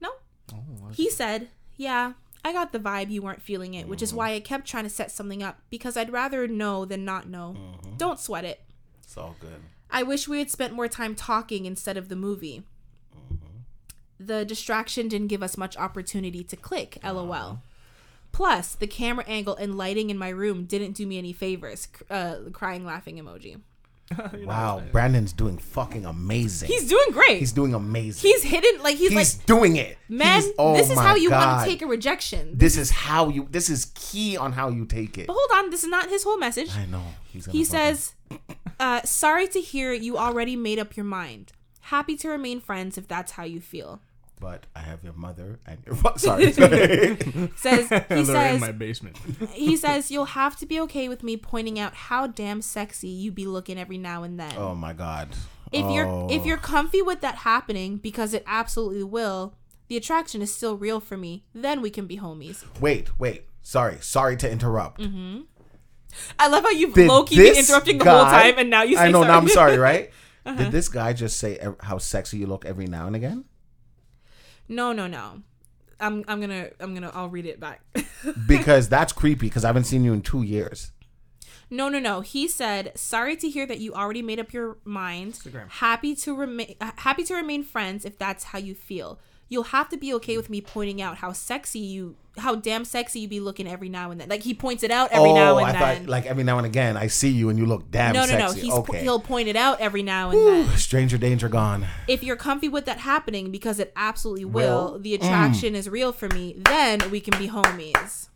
A: No,
B: Oh, that's-
A: he said, "Yeah." I got the vibe you weren't feeling it, which is
B: Mm-hmm.
A: why I kept trying to set something up because I'd rather know than not know.
B: Mm-hmm.
A: Don't sweat it.
C: It's all good.
A: I wish we had spent more time talking instead of the movie. The distraction didn't give us much opportunity to click, lol. Plus, the camera angle and lighting in my room didn't do me any favors. C- Uh, crying, laughing emoji.
C: Wow, Brandon's doing fucking amazing.
A: He's doing great.
C: He's
A: He's,
C: doing amazing.
A: hidden, like, he's,
C: He's,
A: like,
C: doing it.
A: man,
C: He's- oh
A: this is
C: my
A: how you want
C: God.
A: to take a rejection.
C: This is how you. This is key on how you take it.
A: but hold on, this is not his whole message.
C: I know. He's gonna
A: He
C: fucking-
A: says, uh, sorry to hear you already made up your mind. Happy to remain friends if that's how you feel.
C: but I have your mother and your. fa- Sorry. sorry.
A: Says he
B: They're in
A: says
B: my basement.
A: he says you'll have to be okay with me pointing out how damn sexy you be looking every now and then.
C: oh my God.
A: If
C: Oh.
A: you're if you're comfy with that happening, because it absolutely will, the attraction is still real for me. Then we can be homies.
C: Oh, Wait, wait. Sorry, sorry to interrupt.
A: I love how you've
C: Did
A: low key been
C: this
A: Mm-hmm. interrupting the whole
C: guy-
A: time, and now you. Say
C: I know.
A: sorry. Uh-huh.
C: Now I'm sorry, right? Did this guy just say ev- how sexy you look every now and again?
A: no, no, no. I'm I'm gonna I'm gonna I'll read it back.
C: Because that's creepy. Because I haven't seen you in two years.
A: no, no, no. He said sorry to hear that you already made up your mind.
B: Instagram.
A: uh, Happy to remain happy to remain friends if that's how you feel. you'll have to be okay with me pointing out how sexy you, how damn sexy you be looking every now and then. Like he points it out every
C: oh,
A: now and
C: I
A: then.
C: thought like every now and again I see you and you look damn
A: no, no,
C: sexy.
A: no. He's
C: okay.
A: he'll point it out every now and
C: Whew,
A: then.
C: Stranger danger gone.
A: If you're comfy with that happening, because it absolutely will,
C: Will. Mm.
A: the attraction is real for me. Then we can be homies.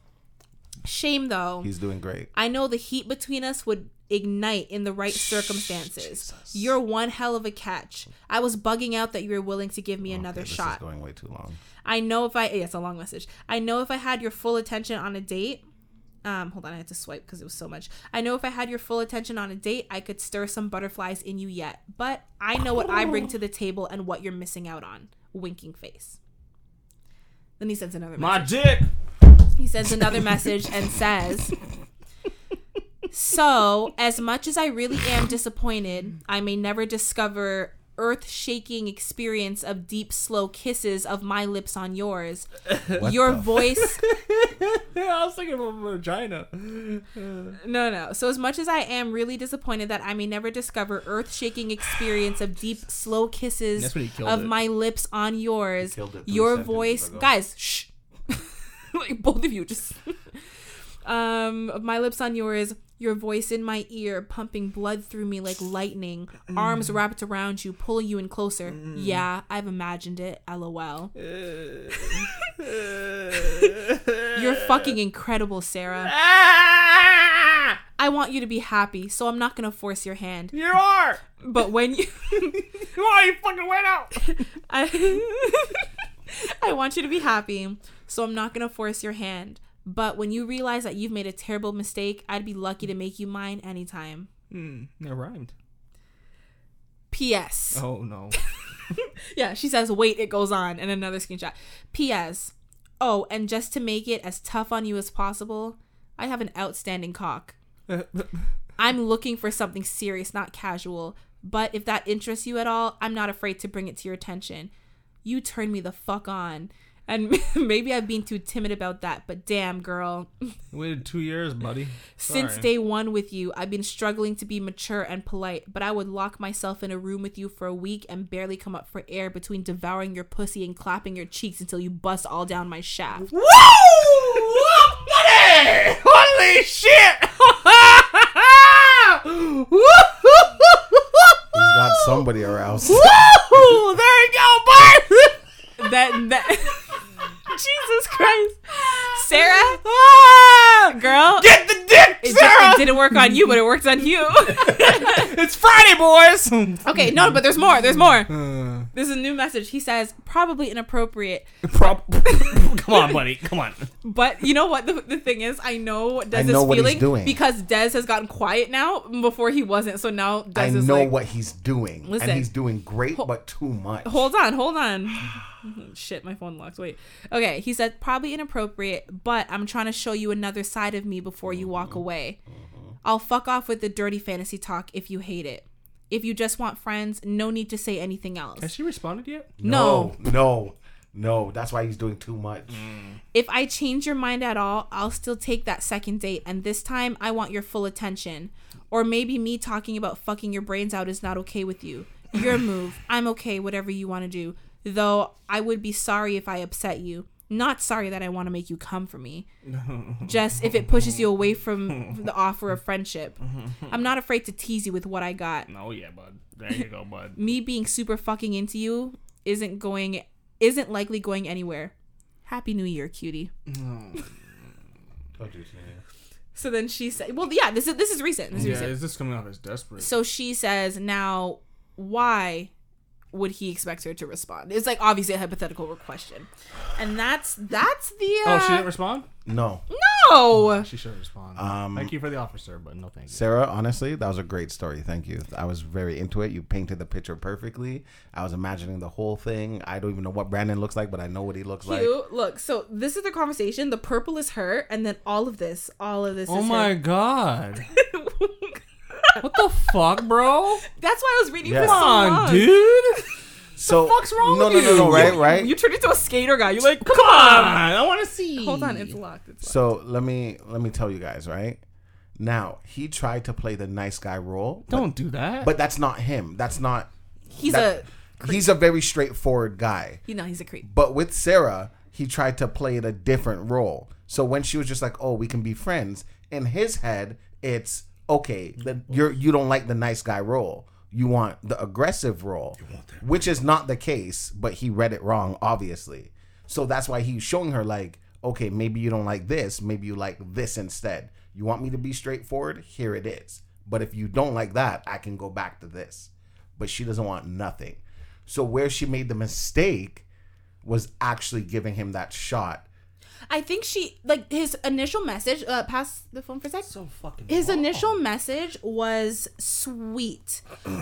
A: Shame though.
C: He's doing great.
A: I know the heat between us would ignite in the right circumstances. You're one hell of a catch. I was bugging out that you were willing to give me another
C: this
A: shot.
C: is going way too long.
A: I know if I yeah, it's a long message. I know if I had your full attention on a date. Um, hold on, I had to swipe because it was so much. I know if I had your full attention on a date, I could stir some butterflies in you yet. But I know what I bring to the table and what you're missing out on. Winking face. Then he sends another message.
B: My dick.
A: He sends another message and says, So, as much as I really am disappointed, I may never discover earth shaking experience of deep, slow kisses of my lips on yours. Your
C: Oh.
A: voice.
B: I was thinking of a vagina.
A: No, no. So, as much as I am really disappointed that I may never discover earth shaking experience of deep, slow kisses
D: That's when he killed
A: of
D: it.
A: my lips on yours,
C: killed it three
A: your
C: sentences
A: voice.
C: ago.
A: Guys, shh. like, both of you just. um, of my lips on yours, your voice in my ear, pumping blood through me like lightning, arms wrapped around you, pulling you in closer. Yeah, I've imagined it. LOL. You're fucking incredible, Sarah.
B: Ah!
A: I want you to be happy, so I'm not gonna force your hand.
B: You are.
A: But when you,
B: You are. You fucking went out.
A: I, I want you to be happy, so I'm not gonna force your hand. But when you realize that you've made a terrible mistake, I'd be lucky to make you mine anytime.
B: It rhymed.
A: P.S.
B: Oh no.
A: Yeah, she says, wait, it goes on. And another screenshot. P.S. Oh, and just to make it as tough on you as possible, I have an outstanding cock. I'm looking for something serious, not casual. But if that interests you at all, I'm not afraid to bring it to your attention. You turn me the fuck on. And maybe I've been too timid about that, but damn, girl.
B: Waited two years, buddy.
A: Since
B: Sorry.
A: day one with you, I've been struggling to be mature and polite, but I would lock myself in a room with you for a week and barely come up for air between devouring your pussy and clapping your cheeks until you bust all down my shaft.
B: Woo! Buddy! Holy shit!
C: He's got somebody aroused.
B: Woo! There you go, boy!
A: That, that Jesus Christ. Sarah, girl,
B: Ah! Get the dick,
A: it, di-
B: Sarah!
A: it didn't work on you, but it worked on you.
B: It's Friday, boys!
A: okay, no, but there's more. There's more.
C: Uh.
A: This is a new message. He says, probably inappropriate,
B: Prop- Come on, buddy. Come on.
A: But you know what the, the thing is? I know Dez's
C: know what he's
A: feeling
C: doing.
A: because Dez has gotten quiet now. Before he wasn't, so now Dez
C: I
A: is
C: know
A: like,
C: what he's doing,
A: Listen.
C: and he's doing great, but too much.
A: "Hold on, hold on." Shit, my phone locked. Wait. Okay, he said probably inappropriate, but I'm trying to show you another side of me before you walk
C: Uh-huh.
A: away. I'll fuck off with the dirty fantasy talk if you hate it. If you just want friends, no need to say anything else.
B: she responded yet?
A: no.
C: no, no, no. That's why he's doing too much.
A: If I change your mind at all, I'll still take that second date, and this time I want your full attention. Or maybe me talking about fucking your brains out is not okay with you. Your move. I'm okay, whatever you want to do. Though I would be sorry if I upset you. Not sorry that I want to make you come for me. Just if it pushes you away from the offer of friendship. I'm not afraid to tease you with what I got
B: Oh, yeah, bud. There you go, bud.
A: me being super fucking into you isn't going isn't likely going anywhere. Happy New Year, cutie. So then she said, "Well, yeah, this is this is recent. This is
B: Yeah,
A: recent.
B: is this coming off as desperate?
A: So she says, "Now, why would he expect her to respond?" It's like obviously a hypothetical question, and that's that's the uh,
B: oh, she didn't respond?
C: No,
A: no.
B: She should respond.
C: Um,
B: Thank you for the offer, sir, but no thank you.
C: Sarah, honestly, that was a great story. Thank you. I was very into it. You painted the picture perfectly. I was imagining the whole thing. I don't even know what Brandon looks like, but I know what he looks like.
A: Cute. Look, so this is the conversation. The purple is her, and then all of this, all of this.
B: Oh
A: is
B: my
A: her.
B: god. what the fuck, bro?
A: That's why I was reading for
C: Yeah.
A: so
B: Come on,
A: long.
B: dude.
C: So
B: fuck's wrong
C: No,
B: with
C: no, no,
B: you?
C: no. Right, right.
A: You turned into a skater guy. You're like,
B: Come on. I want to see.
A: hold on, it's locked. It's locked.
C: So let me let me tell you guys. Right now, he tried to play the nice guy role,
B: Don't do that.
C: but that's not him. That's not
A: He's
C: that-
A: a
C: he's a very straightforward guy.
A: You know, he's a creep.
C: But with Sarah, he tried to play it a different role. So when she was just like, "Oh, we can be friends," in his head, it's okay. The, you're you don't like the nice guy role. You want the aggressive role, which is not the case. But he read it wrong, obviously. So that's why he's showing her like, "Okay, maybe you don't like this. Maybe you like this instead. You want me to be straightforward? Here it is. But if you don't like that, I can go back to this." But she doesn't want nothing. So where she made the mistake was actually giving him that shot.
A: I think she like his initial message. Uh, pass the phone for a sec.
D: So fucking.
A: His initial message was sweet.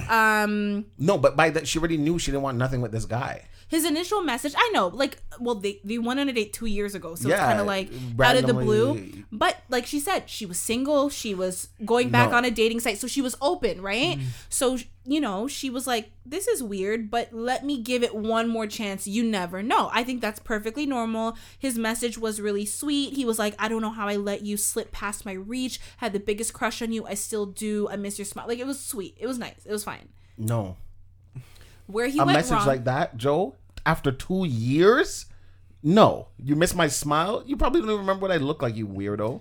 A: Um,
C: No, but by that she already knew she didn't want nothing with this guy.
A: his initial message, I know, like, well, they they went on a date two years ago, so it's
C: Yeah,
A: kind of like out of the blue.
C: randomly.
A: But like she said, she was single. She was going back
C: No. Mm.
A: on a dating site, so she was open, right? So you know, she was like, "This is weird, but let me give it one more chance." You never know. I think that's perfectly normal. His message was really sweet. He was like, "I don't know how I let you slip past my reach. Had the biggest crush on you. I still do. I miss your smile." Like it was sweet. It was nice. It was fine.
C: No.
A: Where he
C: a
A: went
C: message
A: wrong.
C: like that, Joe, after two years? No. You miss my smile? You probably don't even remember what I look like, you weirdo.
A: Well,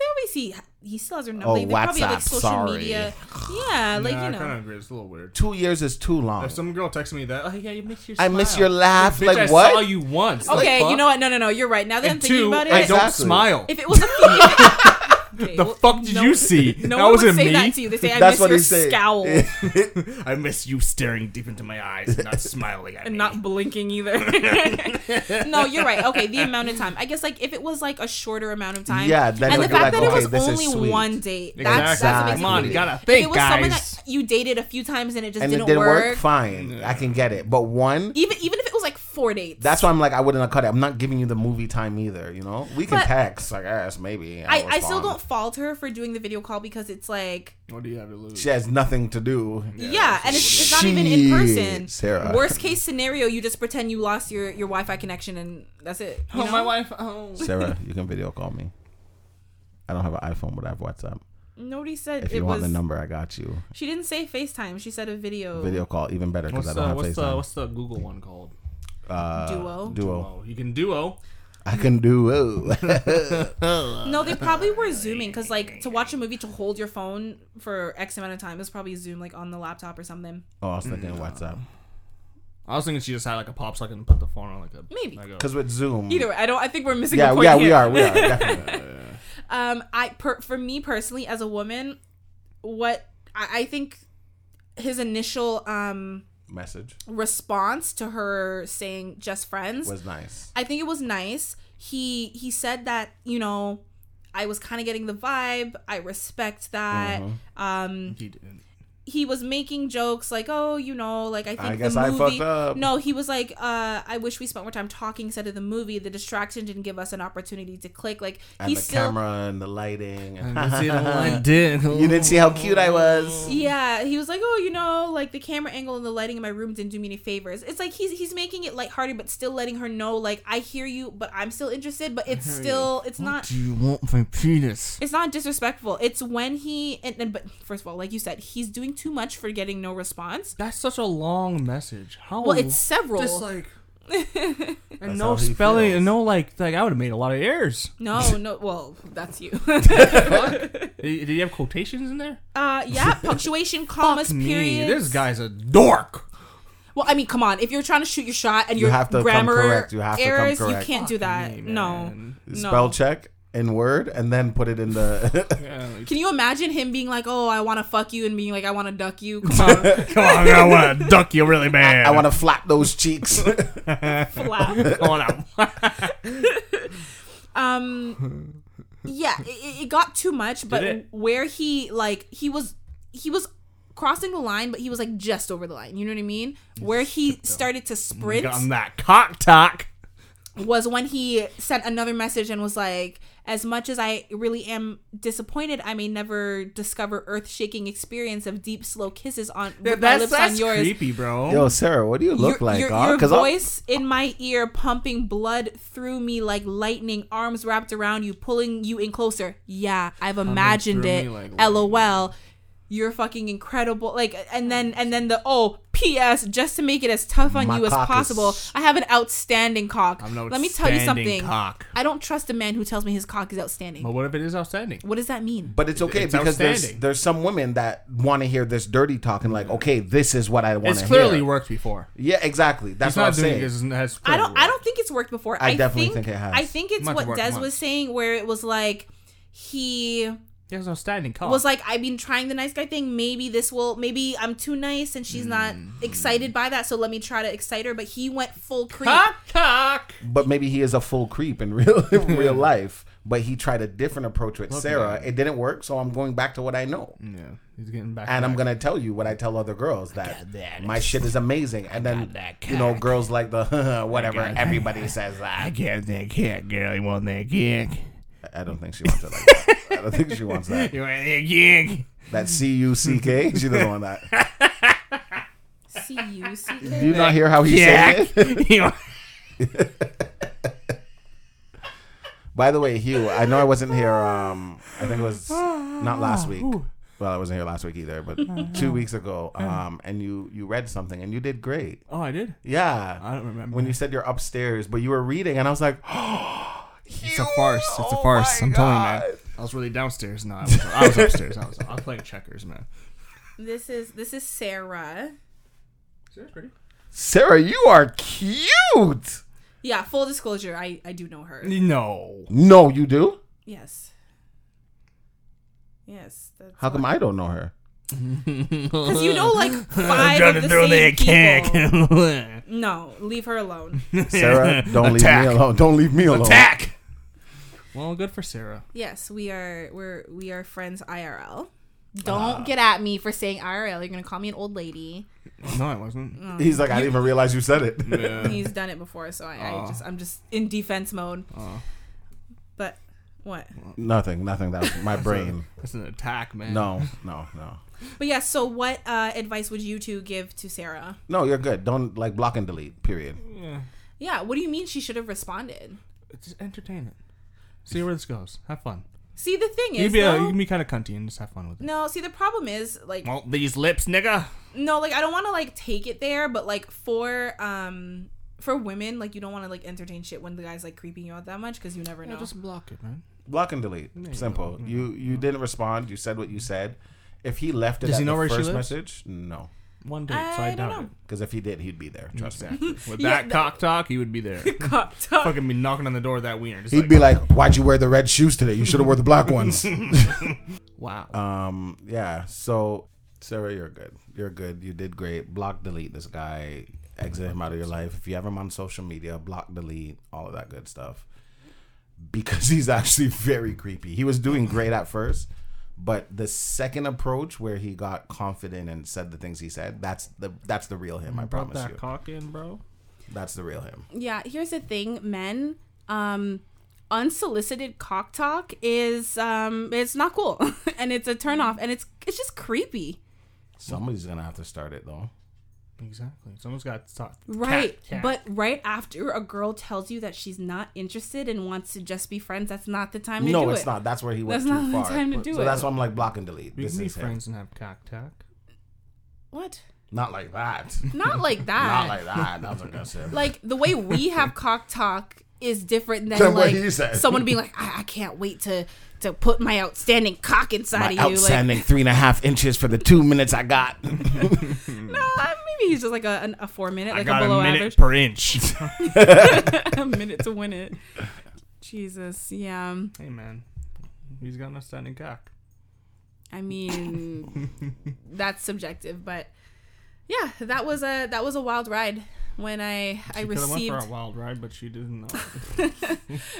A: they always see. He still has her number.
C: Oh,
A: like, they probably have, like
C: WhatsApp,
A: social
C: sorry.
A: media. Yeah, like you
B: Nah, I kind of
A: know.
B: agree. It's a little weird.
C: Two years is too long.
B: If some girl texted me that, oh yeah, you miss your.
C: I miss
B: smile."
C: your laugh.
B: Bitch,
C: Like,
B: I
C: what?
B: saw you once. Like,
A: Okay, you
B: fuck.
A: know what? No, no, no. You're right. Now that I'm
B: And
A: thinking
B: two,
A: about it,
B: I don't
C: Exactly.
B: smile.
A: if it was a female, Okay,
B: the
A: well,
B: fuck did
A: no-
B: you see?
A: No
B: that
A: one would
B: wasn't
A: say
B: me.
A: that to you. They say, "I
C: That's
A: miss
C: what
A: your
C: they say.
A: scowl
B: I miss you staring deep into my eyes, and not smiling at
A: and
B: me.
A: not blinking either." no, you're right. Okay, the amount of time. I guess like if it was like a shorter amount of time.
C: Yeah, then
A: and the
C: you're
A: fact
C: like,
A: that it
C: okay,
A: was
C: this is
A: only
C: sweet.
A: one date.
B: exactly.
A: That's that's what makes
B: Come on,
A: it
B: you
C: weird.
B: gotta
A: If
B: think,
A: it was someone
B: guys.
A: that you dated a few times and it just
C: and
A: didn't,
C: it didn't work,
A: work,
C: fine. I can get it. But one
A: even even if it was like four dates,
C: that's why I'm like I wouldn't have cut it. I'm not giving you the movie time either, you know? We can
A: But-
C: text, I guess, maybe.
A: I,
C: I'll
A: I still
C: respond.
A: don't fault her for doing the video call because it's like
B: what do you have to lose?
C: she has nothing to do.
A: yeah, and it's, it's not even in person.
C: Shit, Sarah.
A: Worst case scenario, you just pretend you lost your your Wi-Fi connection and that's it. you
D: Oh,
A: know?
D: my wife. Oh.
C: Sarah, you can video call me. I don't have an iPhone, but I have WhatsApp.
A: Nobody said
C: If
A: it
C: you want
A: was.
C: the number, I got you.
A: She didn't say FaceTime. She said a video.
C: Video call, even better because
B: What's
C: I
B: the
C: don't
B: what's
C: have
B: the
C: FaceTime.
B: what's the Google one called?
C: Uh,
A: Duo?
C: Duo.
B: you can duo.
C: I can duo.
A: No, they probably were zooming because like to watch a movie to hold your phone for X amount of time is probably Zoom like on the laptop or something.
C: oh, I was thinking WhatsApp.
B: I was thinking she just had like a pop socket and put the phone on like a
A: Maybe.
B: like a-
C: Because with Zoom.
A: Either way, I don't. I think we're missing.
C: yeah,
A: a point
C: yeah,
A: here.
C: we are. We are. Definitely.
A: um i per, for me personally as a woman what I, I think his initial um
C: Message
A: response to her saying just friends
C: was nice.
A: i think it was nice he he said that you know i was kind of getting the vibe i respect that
C: Mm-hmm.
A: um
B: he didn't.
A: he was making jokes like oh you know like i think
C: I
A: the
C: guess I
A: movie
C: fucked up.
A: no he was like uh i wish we spent more time talking instead of the movie the distraction didn't give us an opportunity to click like
C: And
A: he's
C: the
A: still
C: camera and the lighting. And
D: did.
C: you didn't see how cute I was.
A: Yeah, he was like, "Oh, you know, like the camera angle and the lighting in my room didn't do me any favors." It's like he's he's making it lighthearted, but still letting her know, like, "I hear you, but I'm still interested." But it's still, it's not,
D: Do you want my penis?
A: it's not disrespectful. It's when he and, and but first of all, like you said, he's doing too much for getting no response.
B: That's such a long message. How?
A: Well, it's several.
B: just like and
C: That's
B: no
C: how he
B: spelling
C: feels.
B: and no like like I would have made a lot of errors.
A: no, no. Well, that's you.
B: Did, did he have quotations in there?
A: uh, yeah, punctuation, commas,
B: Fuck
A: period.
B: this guy's a dork.
A: Well, I mean, come on. If you're trying to shoot your shot and
C: You
A: your
C: have to come
A: grammar
C: correct. You have to come
A: errors,
C: correct.
A: you can't do that.
B: me,
A: no,
B: man.
A: no.
C: Spell check in Word and then put it in the.
B: Yeah, like,
A: Can you imagine him being like, "Oh, I want to fuck you," and being like, "I want to duck you"? Come on,
B: Come on, I want to duck you really bad.
C: I want to flap those cheeks.
A: flap.
B: Come on out.
A: Um, yeah, it- it, it got too much. But
B: it?
A: where he like he was he was crossing the line, but he was like just over the line. You know what I mean? Where he started to sprint
B: Got on that cock talk.
A: was when he sent another message and was like, as much as I really am disappointed, I may never discover earth-shaking experience of deep, slow kisses on with my lips on yours.
B: creepy, bro.
C: Yo, Sarah, what do you look
A: your,
C: like?
A: your,
C: huh?
A: your
C: 'Cause I'm-
A: voice in my ear pumping blood through me like lightning arms wrapped around you pulling you in closer yeah i've imagined
B: through
A: it
B: me like
A: lol you're fucking incredible like and then and then the oh ps just to make it as tough on
C: My
A: you as
C: cock is-
A: possible i have an outstanding cock
B: I'm an
A: let me tell you
B: outstanding
A: something
B: cock.
A: i don't trust a man who tells me his cock is outstanding
B: But what if it is outstanding?
A: what does that mean
C: But it's okay
B: It's
C: because there's
B: outstanding.
C: there's some women that want to hear this dirty talk and like, okay, this is what I want
B: It's
C: to
B: clearly
C: hear.
B: worked before.
C: Yeah, exactly. That's
B: It's
C: what I'm
B: not doing
C: saying.
B: it. It's, it's
A: I don't.
B: clearly
A: I don't think it's worked before.
C: I definitely think it has.
A: I think it's
B: Much
A: what
B: work,
A: Des
B: much.
A: was saying, where it was like he
B: worked. There's no standing cock.
A: was like, "I've been trying the nice guy thing. Maybe this will. Maybe I'm too nice, and she's not
C: Mm-hmm.
A: excited by that. So let me try to excite her." But he went full creep.
B: cock, cock.
C: but maybe he is a full creep in real in real life. But he tried a different approach with Sarah. It didn't work, so I'm going back to what I know.
B: Yeah, he's getting back.
C: And I'm
B: back.
C: gonna tell you what I tell other girls that,
D: that.
C: my shit is amazing, and then
D: that
C: you know girls like the whatever everybody says that.
B: can't think kick, girl. You want that kick?
C: I don't think she wants it like that. I don't think she wants that.
B: You want that kick?
C: That C U C K. She doesn't want that.
A: C U C
C: Do
A: K.
C: you not hear how he said it? By the way, Hugh, I know I wasn't here. Um, I think it was not last week. Well, I wasn't here last week either, but two weeks ago. Um, and you you read something and you did great.
B: oh, I did.
C: Yeah,
B: I don't remember.
C: when you said you're upstairs, but you were reading, and I was like, Oh
B: It's a farce. It's a farce. I'm telling you, man. I was really downstairs. No, I was, I was upstairs. I was, I was playing checkers, man.
A: This is this is Sarah.
C: Sarah, you are cute.
A: Yeah. Full disclosure, I I do know her.
B: No.
C: No, you do.
A: Yes. Yes. That's
C: How come I don't know her?
A: Because you know like five of the same people. No, leave her alone.
C: Sarah, don't
B: Attack.
C: leave me alone. Don't leave me alone.
B: Attack. Well, good for Sarah.
A: Yes, we are we're we are friends IRL. Don't get at me for saying IRL. You're gonna call me an old lady.
B: No, I wasn't.
A: Oh.
C: He's like, I didn't even realize you said it.
A: He's done it before, so I, I just I'm just in defense mode. But what?
C: nothing, nothing. That was my brain.
B: That's an attack, man.
C: No, no, no.
A: But yeah, so what uh, advice would you two give to Sarah?
C: No, you're good. Don't like block and delete. Period.
A: Yeah, what do you mean she should have responded?
B: Just entertain it. See where this goes. Have fun.
A: See the thing
B: You
A: is
B: be, a,
A: though-
B: uh, you be kind of cunty and just have fun with it.
A: no, see the problem is like
B: Well, these lips, nigga.
A: no like i don't want to like take it there but like for um for women like you don't want to like entertain shit when the guy's like creeping you out that much because you never know
B: Just block it, man.
C: Block and delete. Simple. You you didn't respond. You said what you said. If he left it
B: Does
C: at
B: he know
C: the
B: where she
C: first
B: lives?
C: message, no.
B: One date, so
A: I
B: I,
A: don't
B: doubt
A: know.
B: it.
C: Because if he did, he'd be there. Trust me.
B: Exactly. With
A: Yeah,
B: that
A: that-
B: cock talk, he would be there.
A: Cock talk.
B: Fucking be knocking on the door of that wiener. Just
C: He'd be like, "Why'd you wear the red shoes today? You should have wore the black ones."
B: wow.
C: um. Yeah. So, Sarah, you're good. You're good. You did great. Block, delete this guy. Exit him out of your life. If you have him on social media, block, delete, all of that good stuff. Because he's actually very creepy. He was doing great at first, but the second approach where he got confident and said the things he said, that's the that's the real him. I
B: Brought
C: promise
B: that
C: you.
B: cock in, bro.
C: That's the real him.
A: yeah here's the thing men um unsolicited cock talk is um it's not cool and it's a turn off and it's it's just creepy
C: Somebody's gonna have to start it though.
B: Exactly. Someone's got to talk.
A: right
B: Cat, cat.
A: but right after a girl tells you that she's not interested and wants to just be friends that's not the time to
C: no,
A: do
C: it's
A: it
C: not. That's where he
A: That's
C: went too
A: not the
C: far.
A: time to do
C: so
A: it.
C: that's why I'm like block and delete.
B: we
C: This
B: can be
C: is him.
B: friends and have cock talk.
A: what
C: Not like that.
A: not like that
C: Not like that. That was aggressive.
A: Ah. like the way we have cock talk is different than,
C: Than what
A: like
C: he said.
A: someone being like, I-, I can't wait to to put my outstanding cock inside of you.
C: three and a half inches for the two minutes I got.
A: Like, no, I- maybe he's just like a, an- a four minute,
B: I
A: like a
B: got a
A: below
B: minute
A: average,
B: per inch.
A: a minute to win it. Jesus, yeah.
B: hey, man. He's got an outstanding cock.
A: I mean, that's subjective, but yeah, that was a that was a wild ride when I I
B: She coulda
A: received
B: went for a wild ride, but she didn't know.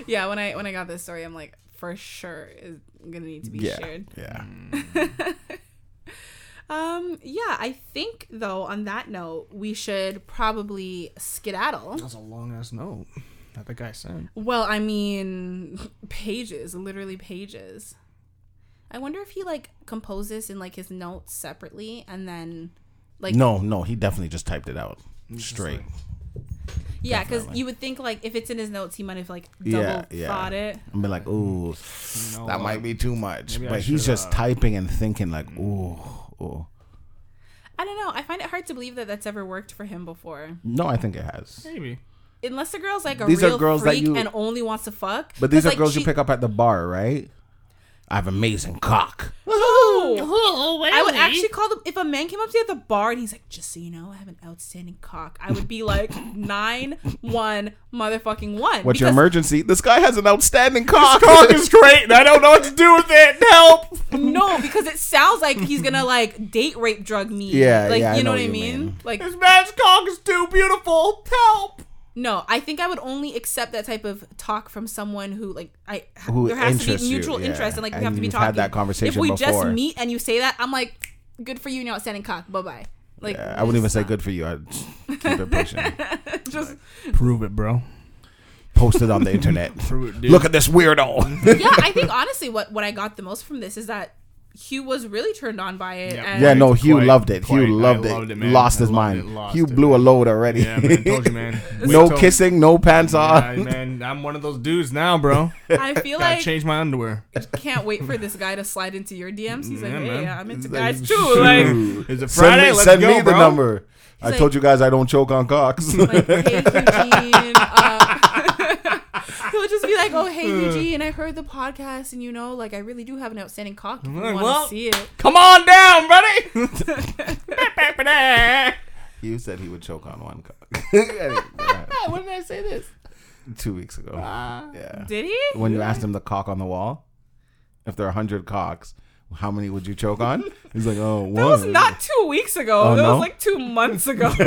A: yeah when I when I got this story, I'm like for sure is gonna need to be
C: yeah.
A: shared.
C: Yeah.
A: Um, yeah, I think though, on that note, we should probably skedaddle.
B: That's a long ass note that the guy sent.
A: Well, I mean, pages, literally pages. I wonder if he like composes in like his notes separately and then like
C: No, no, he definitely just typed it out straight.
A: yeah, because
C: definitely.
A: you would think like if it's in his notes, he might have like double
C: Yeah, yeah.
A: thought it.
C: I'm be like, ooh,
B: You know,
C: that
B: uh,
C: might be too much.
B: maybe I
C: But he's
B: should,
C: just
B: uh,
C: typing and thinking like, ooh, or
A: I don't know. I find it hard to believe that that's ever worked for him before.
C: no? I think it has.
B: Maybe.
A: Unless the girl's like a
C: These are
A: real
C: girls that
A: freak
C: you-
A: and only wants to fuck.
C: But these
A: 'Cause,
C: are
A: like,
C: girls
A: she-
C: you pick up at the bar, right? I have amazing cock.
A: Ooh.
D: Oh, wait.
A: I would actually call them if a man came up to you at the bar and he's like, "Just so you know, I have an outstanding cock." I would be like, nine one motherfucking one."
C: What's your
A: Because
C: emergency? This guy has an outstanding cock.
B: Cock is great, and I don't know what to do with it. Help!
A: No, because it sounds like he's gonna like date rape drug me.
C: Yeah,
A: like
C: yeah, I
A: you know,
C: know
A: what
C: what
A: I
C: you
A: mean.
C: mean.
A: Like
B: This man's cock is too beautiful. Help!
A: No, I think I would only accept that type of talk from someone who like I
C: Who
A: there has to be
C: interests you,
A: mutual
C: yeah.
A: interest and like we
C: And
A: have to be
C: you've
A: talking.
C: had that conversation
A: If we just
C: before.
A: meet and you say that, I'm like, good for you and your outstanding cock. Bye bye. Like
C: Yeah, I wouldn't even say good for you. I'd keep it pushing.
A: Just
B: Prove it, bro.
C: Post it on the internet.
B: Prove it, dude.
C: Look at this weirdo.
A: yeah, I think honestly, what what I got the most from this is that Hugh was really turned on by it.
B: Yeah.
A: and
C: yeah, no, Hugh
B: Quite-
C: loved it.
B: quite.
C: Hugh loved
B: I
C: it.
B: loved it, man.
C: Lost
B: I
C: his
B: loved
C: mind.
B: it. Lost
C: Hugh
B: it,
C: blew a
B: man.
C: load already.
B: Yeah, man. Told you, man. Wait
C: no
B: till-
C: kissing, no pants
B: Yeah,
C: on.
B: man, I'm one of those dudes now, bro.
A: I feel
B: Gotta
A: like
B: change my underwear.
A: can't wait for this guy to slide into your DMs. He's like,
B: Yeah,
A: hey,
B: man.
A: I'm into
C: He's
A: guys
C: like,
A: too.
C: shoot.
A: Like,
B: Is it
C: Send
B: Friday?
C: me,
B: Let's
C: send
B: go,
C: me the
B: bro.
C: number. I
A: like-
C: told you guys I don't choke on cocks.
A: like, hey Eugene. Uh, he'll just be like, oh, hey Eugene, I heard the podcast, and you know, like, I really do have an outstanding cock. If you
B: Like,
A: want
B: well-
A: to see it?
B: Come on down, buddy.
C: you said he would choke on one cock. Yeah,
A: when did I say this?
C: Two weeks ago.
B: Ah.
C: yeah.
A: Did he?
C: When you asked him the cock on the wall, if there are hundred cocks, how many would you choke on? He's like, oh, one.
A: That was not two weeks ago.
C: Oh,
A: that
C: no?
A: was like two months ago.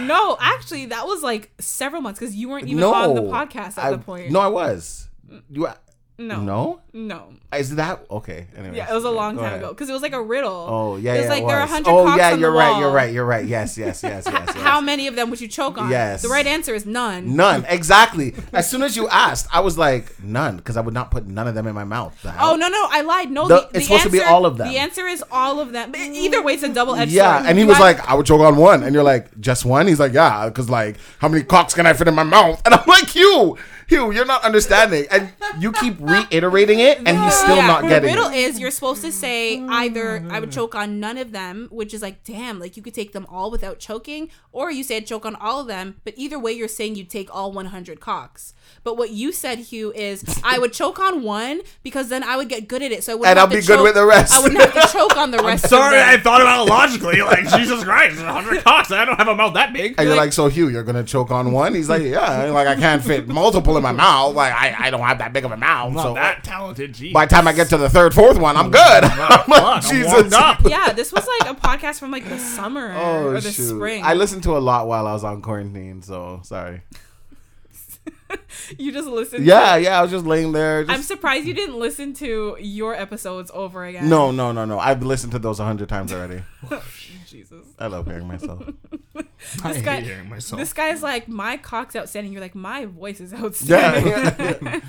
A: no, actually, that was like several months because you weren't even on the podcast at
C: I-
A: the point.
C: No, I was. You a-
A: no,
C: no.
A: no, no.
C: Is that okay? Anyway.
A: Yeah, it was a long
C: go
A: time
C: ahead.
A: ago because it was like a riddle.
C: Oh yeah,
A: it was
C: yeah,
A: like
C: it
A: there are
C: was.
A: hundred.
C: Oh
A: cocks
C: yeah,
A: on the
C: you're right. You're
A: wall.
C: right. You're right. Yes, yes, yes, yes. yes.
A: How many of them would you choke on?
C: Yes.
A: The right answer is none.
C: None. Exactly. As soon as you asked, I was like, none, because I would not put none of them in my mouth. The hell?
A: Oh no no I lied no
C: The-
A: the,
C: it's
A: the
C: supposed to be
A: answer-
C: all of them.
A: the answer is all of them But either way it's a double edged
C: Yeah, and he was like, I would choke on one, and you're like, just one. He's like, yeah, because like, how many cocks can I fit in my mouth? And I'm like, Hugh, Hugh, you're not understanding, and you keep reiterating it, and he's still not getting
A: The riddle
C: it.
A: is is you're supposed to say either I would choke on none of them, which is like damn, like you could take them all without choking, or you say I'd choke on all of them. But either way, you're saying you'd take all 100 cocks. But what you said, Hugh, is I would choke on one because then I would get good at it, so I wouldn't
C: And
A: have
C: I'll
A: to
C: be good
A: choke-
C: with the rest.
A: I wouldn't have to choke on the rest. of
B: Sorry,
A: them.
B: I thought about it logically. Like, Jesus Christ, 100 cocks. I don't have a mouth that big.
C: And you're like, so Hugh, you're gonna choke on one? He's like, yeah, like I can't fit multiple in my mouth. Like I, I don't have that big of a mouth.
B: not
C: So
B: that talented. Jeez.
C: by the time I get to the third, fourth one, I'm good. I'm
B: Fuck,
C: like,
B: I'm warmed up.
A: yeah, this was like a podcast from like the summer
C: Oh
A: or the
C: shoot!
A: spring.
C: I listened to a lot while I was on quarantine, so sorry.
A: you just listened.
C: Yeah, yeah, I was just laying there.
A: I'm
C: Just,
A: surprised you didn't listen to your episodes over again.
C: no, no, no, no. I've listened to those a hundred times already.
A: Jesus.
C: I love hearing myself.
B: I
A: guy-
B: hate hearing myself.
A: This guy's like, my cock's outstanding. You're like, my voice is
C: Yeah,
A: outstanding.
C: yeah, yeah.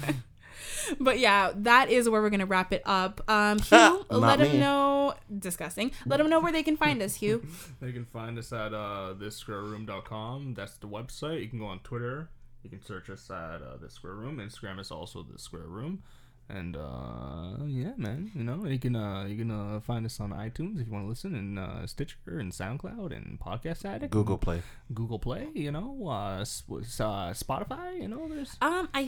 A: But yeah, that is where we're gonna wrap it up. Um, Hugh, let
C: Not
A: him
C: me.
A: know. Disgusting. Let him know where they can find us, Hugh.
B: They can find us at uh, thissquareroom.com. That's the website. You can go on Twitter. You can search us at uh, the Square Room. Instagram is also the Square Room. And uh, yeah, man, you know you can uh, you can uh, find us on iTunes if you want to listen, and uh, Stitcher, and SoundCloud, and Podcast Addict,
C: Google Play.
B: Google Play, you know, uh, s- uh, Spotify, you know, there's
A: Um, I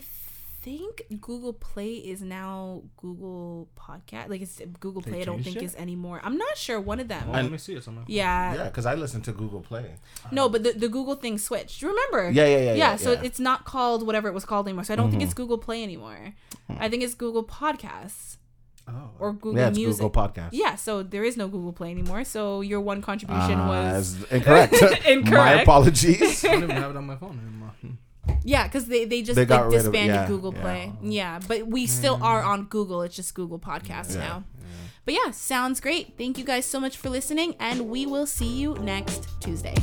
A: think Google Play is now Google Podcast. Like it's Google Play. I don't
B: changed
A: think
B: it?
A: is anymore. I'm not sure. One of them.
B: Oh, let me see it somewhere.
A: yeah,
C: Yeah, because I listen to Google Play.
A: No, but the, the Google thing switched. You remember?
C: Yeah, yeah, yeah,
A: Yeah,
C: yeah,
A: so
C: yeah. Mm-hmm.
A: it's not called whatever it was called anymore. So I don't think it's Google Play anymore. I think it's Google Podcasts
C: Oh,
A: or Google
C: yeah, it's
A: Music.
C: Google Podcast.
A: yeah, so there is no Google Play anymore. So your one contribution
C: Uh,
A: was
C: that's incorrect. My
A: Incorrect.
C: apologies.
B: I don't even have it on my phone anymore.
A: yeah, because they, they just
C: They got
A: like,
C: rid of-
A: disbanded
C: yeah,
A: Google
C: yeah.
A: Play. Yeah, but we still are on Google. It's just Google Podcasts now. But yeah, sounds great. Thank you guys so much for listening, and we will see you next Tuesday.